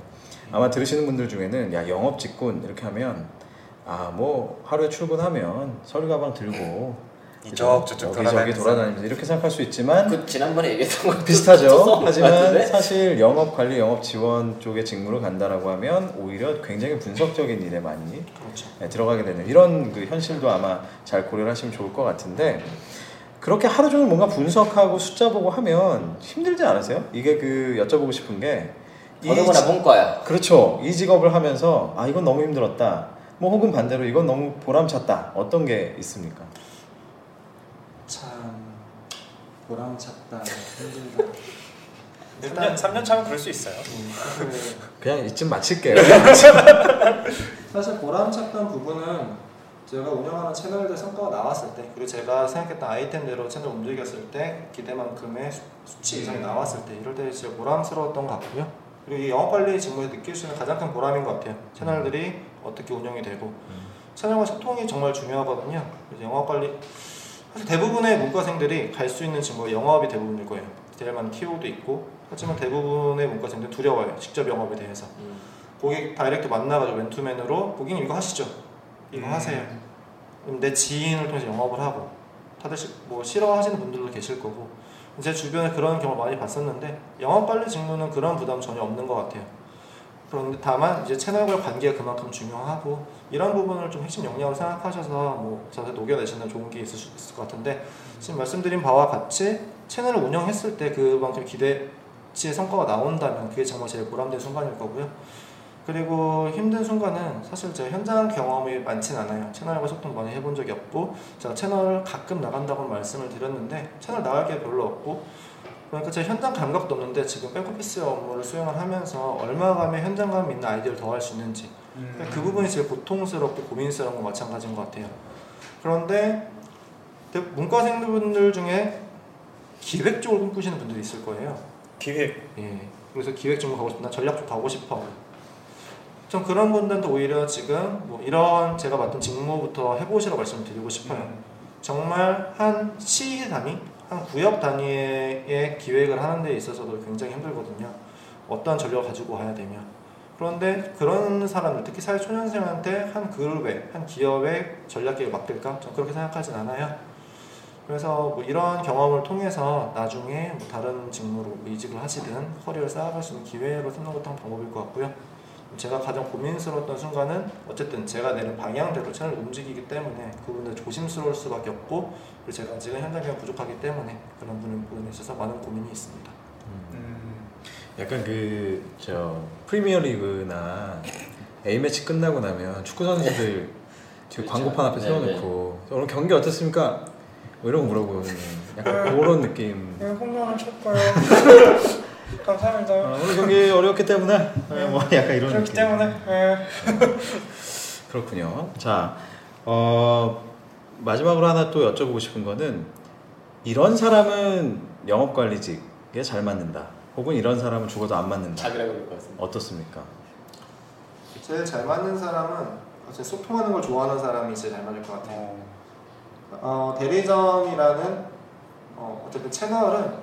Speaker 1: 아마 들으시는 분들 중에는 야 영업 직군 이렇게 하면 아 뭐 하루에 출근하면 서류 가방 들고 어,
Speaker 3: 이쪽 저쪽
Speaker 1: 여기저기
Speaker 3: 돌아다니면서.
Speaker 1: 돌아다니면서 이렇게 생각할 수 있지만
Speaker 2: 그 지난번에 얘기했던 거
Speaker 1: 비슷하죠. 하지만 사실 영업 관리, 영업 지원 쪽의 직무로 간다라고 하면 오히려 굉장히 분석적인 일에 많이
Speaker 6: 그렇죠.
Speaker 1: 네, 들어가게 되는 이런 그 현실도 아마 잘 고려를 하시면 좋을 것 같은데 그렇게 하루 종일 뭔가 분석하고 숫자 보고 하면 힘들지 않으세요? 이게 그 여쭤보고 싶은 게 이
Speaker 2: 어느거나 본과야.
Speaker 1: 그렇죠. 이 직업을 하면서 아 이건 너무 힘들었다. 뭐 혹은 반대로 이건 너무 보람찼다. 어떤 게 있습니까?
Speaker 6: 참 보람찼다 힘들다. 일단
Speaker 3: 3년, 3년 차면 그럴 수 있어요.
Speaker 6: 음, 사실
Speaker 1: 그냥 이쯤 마칠게요. [LAUGHS]
Speaker 6: 사실 보람찼던 부분은 제가 운영하는 채널들 성과가 나왔을 때 그리고 제가 생각했던 아이템대로 채널 움직였을 때 기대만큼의 수- 수치 이상이 나왔을 때 이럴 때 진짜 보람스러웠던 것 같고요 그리고 이 영업관리 직무에 느낄 수 있는 가장 큰 보람인 것 같아요 채널들이 어떻게 운영이 되고 채널과 소통이 정말 중요하거든요 그래서 영업관리 사실 대부분의 문과생들이 갈 수 있는 직무가 영업이 대부분일 거예요 제일 많은 TO도 있고 하지만 대부분의 문과생들은 두려워요 직접 영업에 대해서
Speaker 2: 음,
Speaker 6: 고객 다이렉트 만나가지고 맨투맨으로 고객님 이거 하시죠. 이거
Speaker 3: 음.
Speaker 6: 하세요. 그럼 내 지인을 통해서 영업을 하고 다들 시- 뭐 싫어하시는 분들도 계실 거고 제 주변에 그런 경우 많이 봤었는데 영업 관리 직무는 그런 부담 전혀 없는 것 같아요. 그런데 다만 이제 채널과의 관계가 그만큼 중요하고 이런 부분을 좀 핵심 역량으로 생각하셔서 뭐 자세히 녹여내시는 좋은 게 있을 수 있을 것 같은데 지금 말씀드린 바와 같이 채널을 운영했을 때 그만큼 기대치의 성과가 나온다면 그게 정말 제일 보람된 순간일 거고요. 그리고 힘든 순간은 사실 제가 현장 경험이 많진 않아요. 채널과 소통 많이 해본 적이 없고 제가 채널 가끔 나간다고 말씀을 드렸는데 채널 나갈 게 별로 없고 그러니까 제가 현장 감각도 없는데 지금 백오피스 업무를 수행을 하면서 얼마감의 현장감 있는 아이디어를 더 할 수 있는지
Speaker 3: 음.
Speaker 6: 그 부분이 제일 고통스럽고 고민스러운 건 마찬가지인 것 같아요. 그런데 대- 문과생분들 중에 기획 쪽을 꿈꾸시는 분들이 있을 거예요.
Speaker 3: 기획
Speaker 6: 예. 그래서 기획 쪽으로 가고 싶다. 나 전략 쪽 가고 싶어. 좀 그런 분들도 오히려 지금 뭐 이런 제가 맡은 직무부터 해보시라고 말씀드리고 싶어요. 정말 한 시 단위, 한 구역 단위의 기획을 하는 데 있어서도 굉장히 힘들거든요. 어떤 전략을 가지고 가야 되며. 그런데 그런 사람들, 특히 사회 초년생한테 한 그룹의, 한 기업의 전략 계획을 맡길까? 전 그렇게 생각하진 않아요. 그래서 뭐 이런 경험을 통해서 나중에 뭐 다른 직무로 이직을 하시든 커리어를 쌓아갈 수 있는 기회로 삼는 것도 한 방법일 것 같고요. 제가 가장 고민스러웠던 순간은 어쨌든 제가 내는 방향대로 채널이 움직이기 때문에 그분들 조심스러울 수밖에 없고 그리고 제가 지금 현장에 부족하기 때문에 그런 부분- 부분에 있어서 많은 고민이 있습니다.
Speaker 3: 음.
Speaker 1: 약간 그 저 프리미어 리그나 A 매치 끝나고 나면 축구 선수들 뒤에
Speaker 2: 그렇죠.
Speaker 1: 광고판 앞에
Speaker 2: 네,
Speaker 1: 세워놓고 오늘 경기 어땠습니까? 뭐 이런 거 물어보는 약간 그런 느낌.
Speaker 8: 네, 홈런을 쳤고요. 감사합니다.
Speaker 1: 아, 오늘 경기 어려웠기 때문에 네, 뭐 약간 이런
Speaker 8: 그렇기
Speaker 1: 느낌.
Speaker 8: 때문에 네.
Speaker 1: 그렇군요. 자 어, 마지막으로 하나 또 여쭤보고 싶은 거는 이런 사람은 영업 관리직에 잘 맞는다. 혹은 이런 사람은 죽어도 안 맞는다.
Speaker 2: 자기라고 그럴 것 같습니다.
Speaker 1: 어떻습니까?
Speaker 6: 제일 잘 맞는 사람은 사실 소통하는 걸 좋아하는 사람이 제일 잘 맞을 것 같아요. 어, 대리점이라는 어, 어쨌든 채널은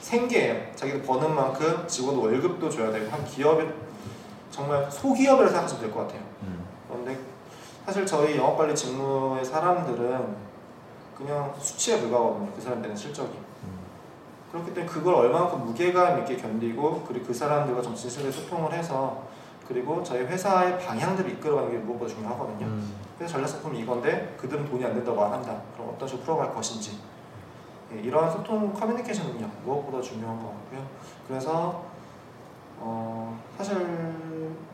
Speaker 6: 생계예요. 자기도 버는 만큼 직원 월급도 줘야 되고 한 기업이 정말 소기업이라고 생각하시면 될 것 같아요.
Speaker 1: 음.
Speaker 6: 그런데 사실 저희 영업관리 직무의 사람들은 그냥 수치에 불과하거든요. 그 사람들은 실적이. 그렇기 때문에 그걸 얼마만큼 무게감 있게 견디고 그리고 그 사람들과 좀 진실하게 소통을 해서 그리고 저희 회사의 방향들을 이끌어가는 게 무엇보다 중요하거든요. 그래서 전략상품이 이건데 그들은 돈이 안 된다고 안 한다. 그럼 어떤 식으로 풀어갈 것인지 예, 이러한 소통 커뮤니케이션 능력 무엇보다 중요한 것 같고요. 그래서 어, 사실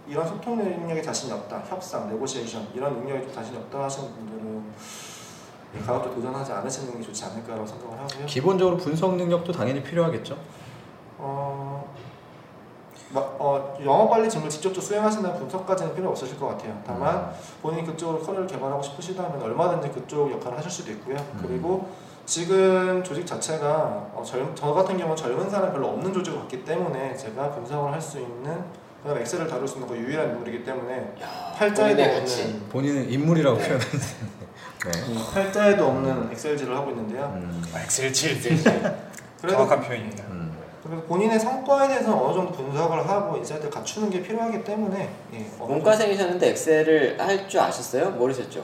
Speaker 6: 이런 소통 능력에 자신이 없다, 협상, 네고시에이션 이런 능력에 좀 자신이 없다 하시는 분들은 이 가업도 도전하지 않으시는 게 좋지 않을까라고 생각을 하고요.
Speaker 1: 기본적으로 분석 능력도 당연히 필요하겠죠.
Speaker 6: 어, 막, 어, 영어 관리 직무를 직접적으로 수행하신다는 분석까지는 필요 없으실 것 같아요. 다만
Speaker 2: 음.
Speaker 6: 본인이 그쪽으로 커리어를 개발하고 싶으시다면 얼마든지 그쪽 역할을 하실 수도 있고요.
Speaker 2: 음.
Speaker 6: 그리고 지금 조직 자체가 어, 젊, 저 같은 경우는 젊은 사람 별로 없는 조직을 봤기 때문에 제가 분석을 할 수 있는 그다음 엑셀을 다룰 수 있는 거 유일한 인물이기 때문에
Speaker 2: 야,
Speaker 6: 팔자에도
Speaker 2: 본인의
Speaker 6: 없는
Speaker 2: 가치.
Speaker 1: 본인은 인물이라고 표현하는데. 네.
Speaker 6: 음, 팔자에도 없는 엑셀질을 하고 있는데요.
Speaker 1: 음,
Speaker 3: 아, 엑셀질
Speaker 6: 그래도
Speaker 3: 정확한 표현입니다.
Speaker 1: 음.
Speaker 6: 그래서 본인의 성과에 대해서 어느 정도 분석을 하고 인사이트를 갖추는 게 필요하기 때문에 예, 어느 정도
Speaker 2: 문과생이셨는데 엑셀을 할 줄 아셨어요? 모르셨죠?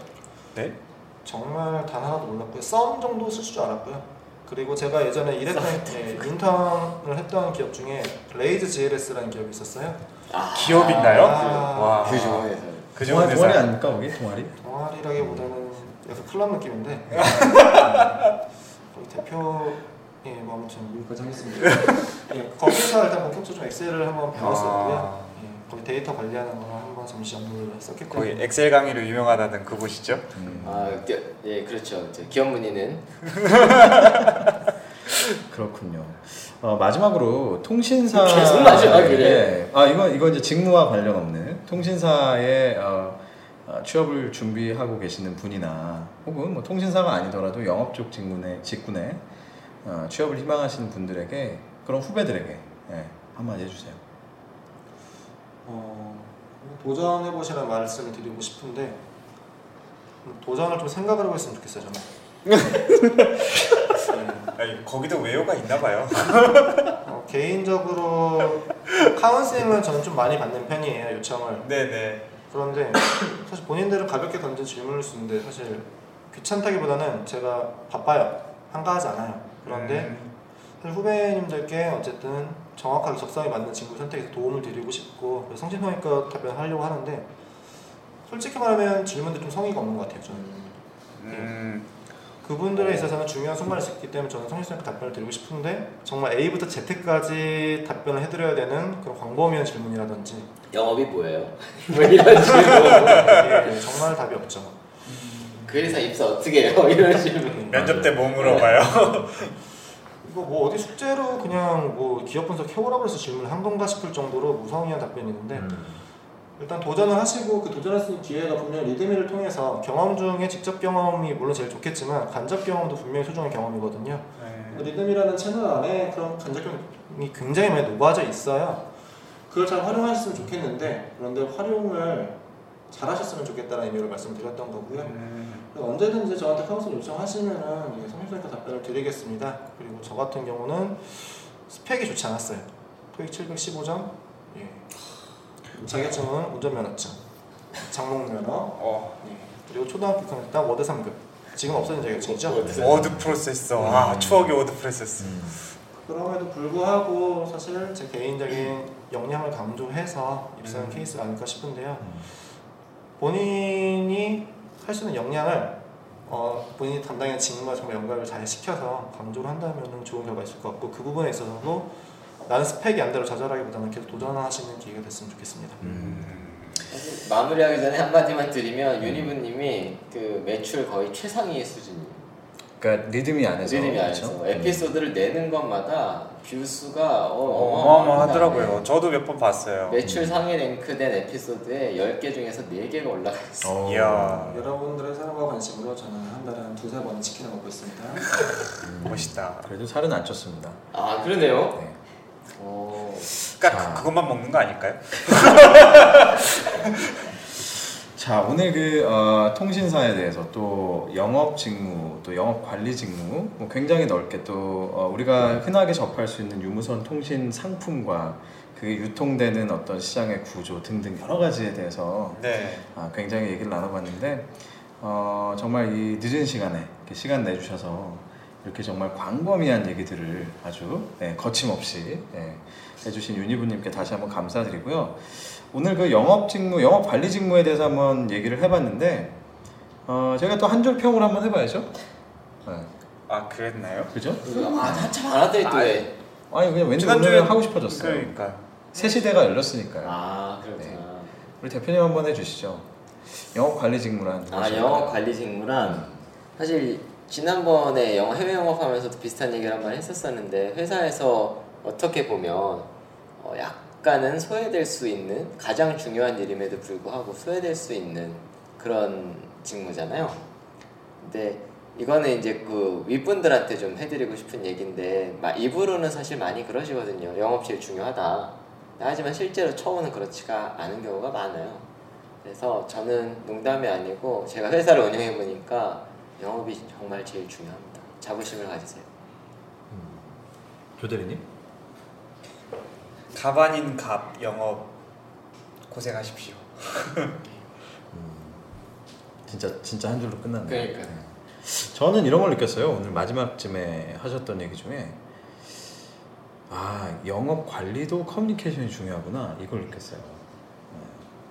Speaker 6: 정말 단 하나도 몰랐고요. 썸 정도 쓸 줄 알았고요. 그리고 제가 예전에 일했던 예, 인턴을 했던 기업 중에 레이즈 GLS라는 기업이 있었어요.
Speaker 2: 아,
Speaker 3: 기업인가요?
Speaker 6: 아.
Speaker 3: 와.
Speaker 2: 그 중에서.
Speaker 3: 그 좋은
Speaker 1: 동아리, 동아리
Speaker 3: 회사.
Speaker 1: 아닙니까 거기 동아리? 음.
Speaker 6: 동아리라기보다는 약간 클럽 느낌인데 네. 거기 대표 예뭐 아무튼 여기까지 음, 하겠습니다. [LAUGHS] 예, 거기서 일단 본격적으로 좀 엑셀을 한번 배웠었고요.
Speaker 3: 아.
Speaker 6: 예, 거기 데이터 관리하는 거랑 한번 잠시 업무를 했었겠고요.
Speaker 3: 거기 엑셀 강의로 유명하다던 그곳이죠.
Speaker 2: 아, 그, 예, 그렇죠. 이제 기업 문의는
Speaker 1: 그렇군요. 어, 마지막으로 통신사
Speaker 2: [LAUGHS] 계속 마지막이래.
Speaker 1: 예. 아 이건 이건 이제 직무와 관련 없는 통신사에 어, 어, 취업을 준비하고 계시는 분이나 혹은 뭐 통신사가 아니더라도 영업 쪽 직군에 직군에 어, 취업을 희망하시는 분들에게 그런 후배들에게 예, 한마디 해주세요.
Speaker 6: 어, 도전해 보시라는 말씀을 드리고 싶은데 도전을 좀 생각을 해보셨으면 좋겠어요 저는. 네.
Speaker 3: 아니, 거기도 외요가 있나 봐요.
Speaker 6: 어, 개인적으로 카운슬링을 저는 좀 많이 받는 편이에요 요청을.
Speaker 3: 네네.
Speaker 6: 그런데 사실 본인들은 가볍게 던진 질문일 수 있는데 사실 귀찮다기보다는 제가 바빠요. 한가하지 않아요. 그런데
Speaker 3: 음,
Speaker 6: 사실 후배님들께 어쨌든 정확하게 적성에 맞는 친구 선택에서 도움을 드리고 싶고 그래서 성심성의껏 답변하려고 하는데 솔직히 말하면 질문들 좀 성의가 없는 것 같아요. 저는
Speaker 3: 음,
Speaker 6: 그분들에 있어서는 중요한 순간일 수 있기 때문에 저는 성심성의껏 답변을 드리고 싶은데 정말 A부터 Z까지 답변을 해드려야 되는 그런 광범위한 질문이라든지
Speaker 2: 영업이 뭐예요? [LAUGHS] 뭐 이런 식으로
Speaker 6: 예, 정말 답이 없죠.
Speaker 2: 그 회사 입사 어떻게 해요? 이런 식으로
Speaker 3: 면접 때 뭐 물어봐요?
Speaker 6: 이거 뭐 어디 숙제로 그냥 뭐 기업 분석 해오라고 해서 질문을 한 건가 싶을 정도로 무성의한 답변이 있는데 일단 도전을 하시고 그 도전할 수 있는 기회가 분명히 리드미를 통해서 경험 중에 직접 경험이 물론 제일 좋겠지만 간접 경험도 분명히 소중한 경험이거든요. 그 리듬이라는 채널 안에 그런 간접경이 굉장히 많이 녹아져 있어요. 그걸 잘 활용하셨으면 좋겠는데 그런데 활용을 잘 하셨으면 좋겠다는 의미로 말씀드렸던 거고요.
Speaker 3: 음,
Speaker 6: 그러니까 언제든지 저한테 카운슬 요청하시면은 예, 성심성의껏 답변을 드리겠습니다. 그리고 저 같은 경우는 스펙이 좋지 않았어요. 토익 715점, 예. 자격증은 운전면허증, 장롱면허,
Speaker 3: 어,
Speaker 6: 예. 그리고 초등학교 6학년 때 워드 3급. 지금 없어진 자격증이죠.
Speaker 3: 워드 프로세서. 아,
Speaker 1: 음.
Speaker 3: 추억의 워드 프로세서.
Speaker 2: 음.
Speaker 6: 그럼에도 불구하고 사실 제 개인적인 역량을 강조해서 입사한
Speaker 3: 음.
Speaker 6: 케이스가 아닐까 싶은데요.
Speaker 1: 음.
Speaker 6: 본인이 할 수 있는 역량을 어, 본인이 담당하는 직무와 정말 연관을 잘 시켜서 강조를 한다면 좋은 결과 있을 것 같고 그 부분에 있어서도 나는 스펙이 안 대로 좌절하기보다는 계속 도전하시는 기회가 됐으면 좋겠습니다.
Speaker 3: 음.
Speaker 2: 사실 마무리하기 전에 한마디만 드리면 유니브님이 그 매출 거의 최상위 수준이에요.
Speaker 1: 그러니까 리듬이 안에서
Speaker 2: 리듬이
Speaker 1: 그렇죠?
Speaker 2: 아니죠. 에피소드를 내는 것마다 뷰 수가 어- 네.
Speaker 3: 어마어마하더라고요. 저도 몇 번 봤어요.
Speaker 2: 매출 상위 랭크된 에피소드에 10개 중에서 4개가 올라가 있어.
Speaker 1: 어.
Speaker 3: 이야,
Speaker 6: 여러분들의 사랑과 관심으로 저는 한 달에 한 두세 번은 치킨을 먹고 있습니다.
Speaker 3: 멋있다.
Speaker 1: 음. 그래도 살은 안 쪘습니다.
Speaker 2: 아, 그러네요.
Speaker 1: 네.
Speaker 2: 오.
Speaker 3: 그러니까
Speaker 1: 자.
Speaker 3: 그, 그것만 먹는 거 아닐까요?
Speaker 1: 자 오늘 그 어, 통신사에 대해서 또 영업 직무 또 영업 관리 직무 뭐 굉장히 넓게 또 어, 우리가 흔하게 접할 수 있는 유무선 통신 상품과 그 유통되는 어떤 시장의 구조 등등 여러 가지에 대해서
Speaker 3: 네.
Speaker 1: 아, 굉장히 얘기를 나눠봤는데 어, 정말 이 늦은 시간에 이렇게 시간 내주셔서 이렇게 정말 광범위한 얘기들을 아주 네, 거침없이 네, 해주신 유니브님께 다시 한번 감사드리고요. 오늘 그 영업 직무, 영업 관리 직무에 대해서 한번 얘기를 해봤는데 어, 제가 또 한줄 평을 한번 해봐야죠. 네,
Speaker 3: 아, 그랬나요?
Speaker 1: 그죠?
Speaker 2: 아, 네. 한참 안 하더니 또 왜?
Speaker 1: 아니 그냥 왠지
Speaker 3: 지난주에-
Speaker 1: 오늘 하고 싶어졌어요.
Speaker 3: 그러니까.
Speaker 1: 새 시대가 열렸으니까요.
Speaker 2: 아, 그렇구나.
Speaker 1: 우리 대표님 한번 해주시죠. 영업 관리 직무란
Speaker 2: 아,
Speaker 1: 무엇일까요?
Speaker 2: 영어 관리 직무란 사실 지난번에 영어 해외 영업하면서도 비슷한 얘기를 한 번 했었었는데 회사에서 어떻게 보면 어, 약간은 소외될 수 있는 가장 중요한 일임에도 불구하고 소외될 수 있는 그런 직무잖아요. 근데 이거는 이제 그 윗분들한테 좀 해드리고 싶은 얘기인데 마- 입으로는 사실 많이 그러시거든요. 영업실 중요하다. 하지만 실제로 처우는 그렇지가 않은 경우가 많아요. 그래서 저는 농담이 아니고 제가 회사를 운영해 보니까 영업이 정말 제일 중요합니다. 자부심을 가지세요.
Speaker 1: 조대리님?
Speaker 3: 갑 아닌 갑 영업 고생하십시오.
Speaker 1: 진짜 진짜 한 줄로 끝났네요.
Speaker 2: 그러니까요.
Speaker 1: 네. 저는 이런 걸 느꼈어요. 오늘 마지막쯤에 하셨던 얘기 중에 아 영업 관리도 커뮤니케이션이 중요하구나 이걸 느꼈어요.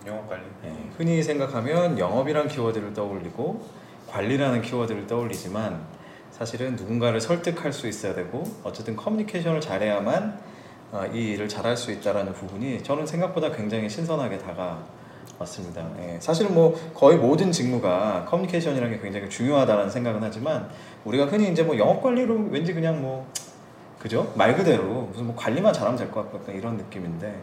Speaker 3: 영업 관리.
Speaker 1: 네, 흔히 생각하면 영업이란 키워드를 떠올리고 관리라는 키워드를 떠올리지만 사실은 누군가를 설득할 수 있어야 되고 어쨌든 커뮤니케이션을 잘해야만 아, 이 일을 잘할 수 있다라는 부분이 저는 생각보다 굉장히 신선하게 다가왔습니다. 예, 사실 뭐 거의 모든 직무가 커뮤니케이션이라는 게 굉장히 중요하다는 생각은 하지만 우리가 흔히 이제 뭐 영업 관리로 왠지 그냥 뭐 그죠 말 그대로 무슨 뭐 관리만 잘하면 될 것 같고 약간 이런 느낌인데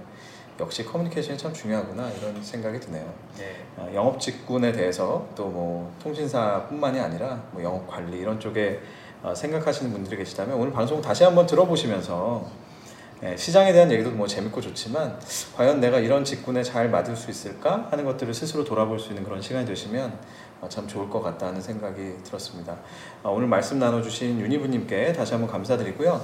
Speaker 1: 역시 커뮤니케이션이 참 중요하구나 이런 생각이 드네요.
Speaker 3: 네.
Speaker 1: 아, 영업 직군에 대해서 또 뭐 통신사뿐만이 아니라 뭐 영업 관리 이런 쪽에 아, 생각하시는 분들이 계시다면 오늘 방송 다시 한번 들어보시면서 예, 시장에 대한 얘기도 뭐 재밌고 좋지만 과연 내가 이런 직군에 잘 맞을 수 있을까 하는 것들을 스스로 돌아볼 수 있는 그런 시간이 되시면 아, 참 좋을 것 같다 하는 생각이 들었습니다. 아, 오늘 말씀 나눠주신 유니브님께 다시 한번 감사드리고요.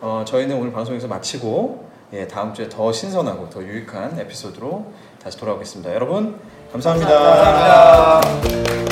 Speaker 1: 어, 저희는 오늘 방송에서 마치고 예, 다음 주에 더 신선하고 더 유익한 에피소드로 다시 돌아오겠습니다. 여러분 감사합니다.
Speaker 2: 감사합니다.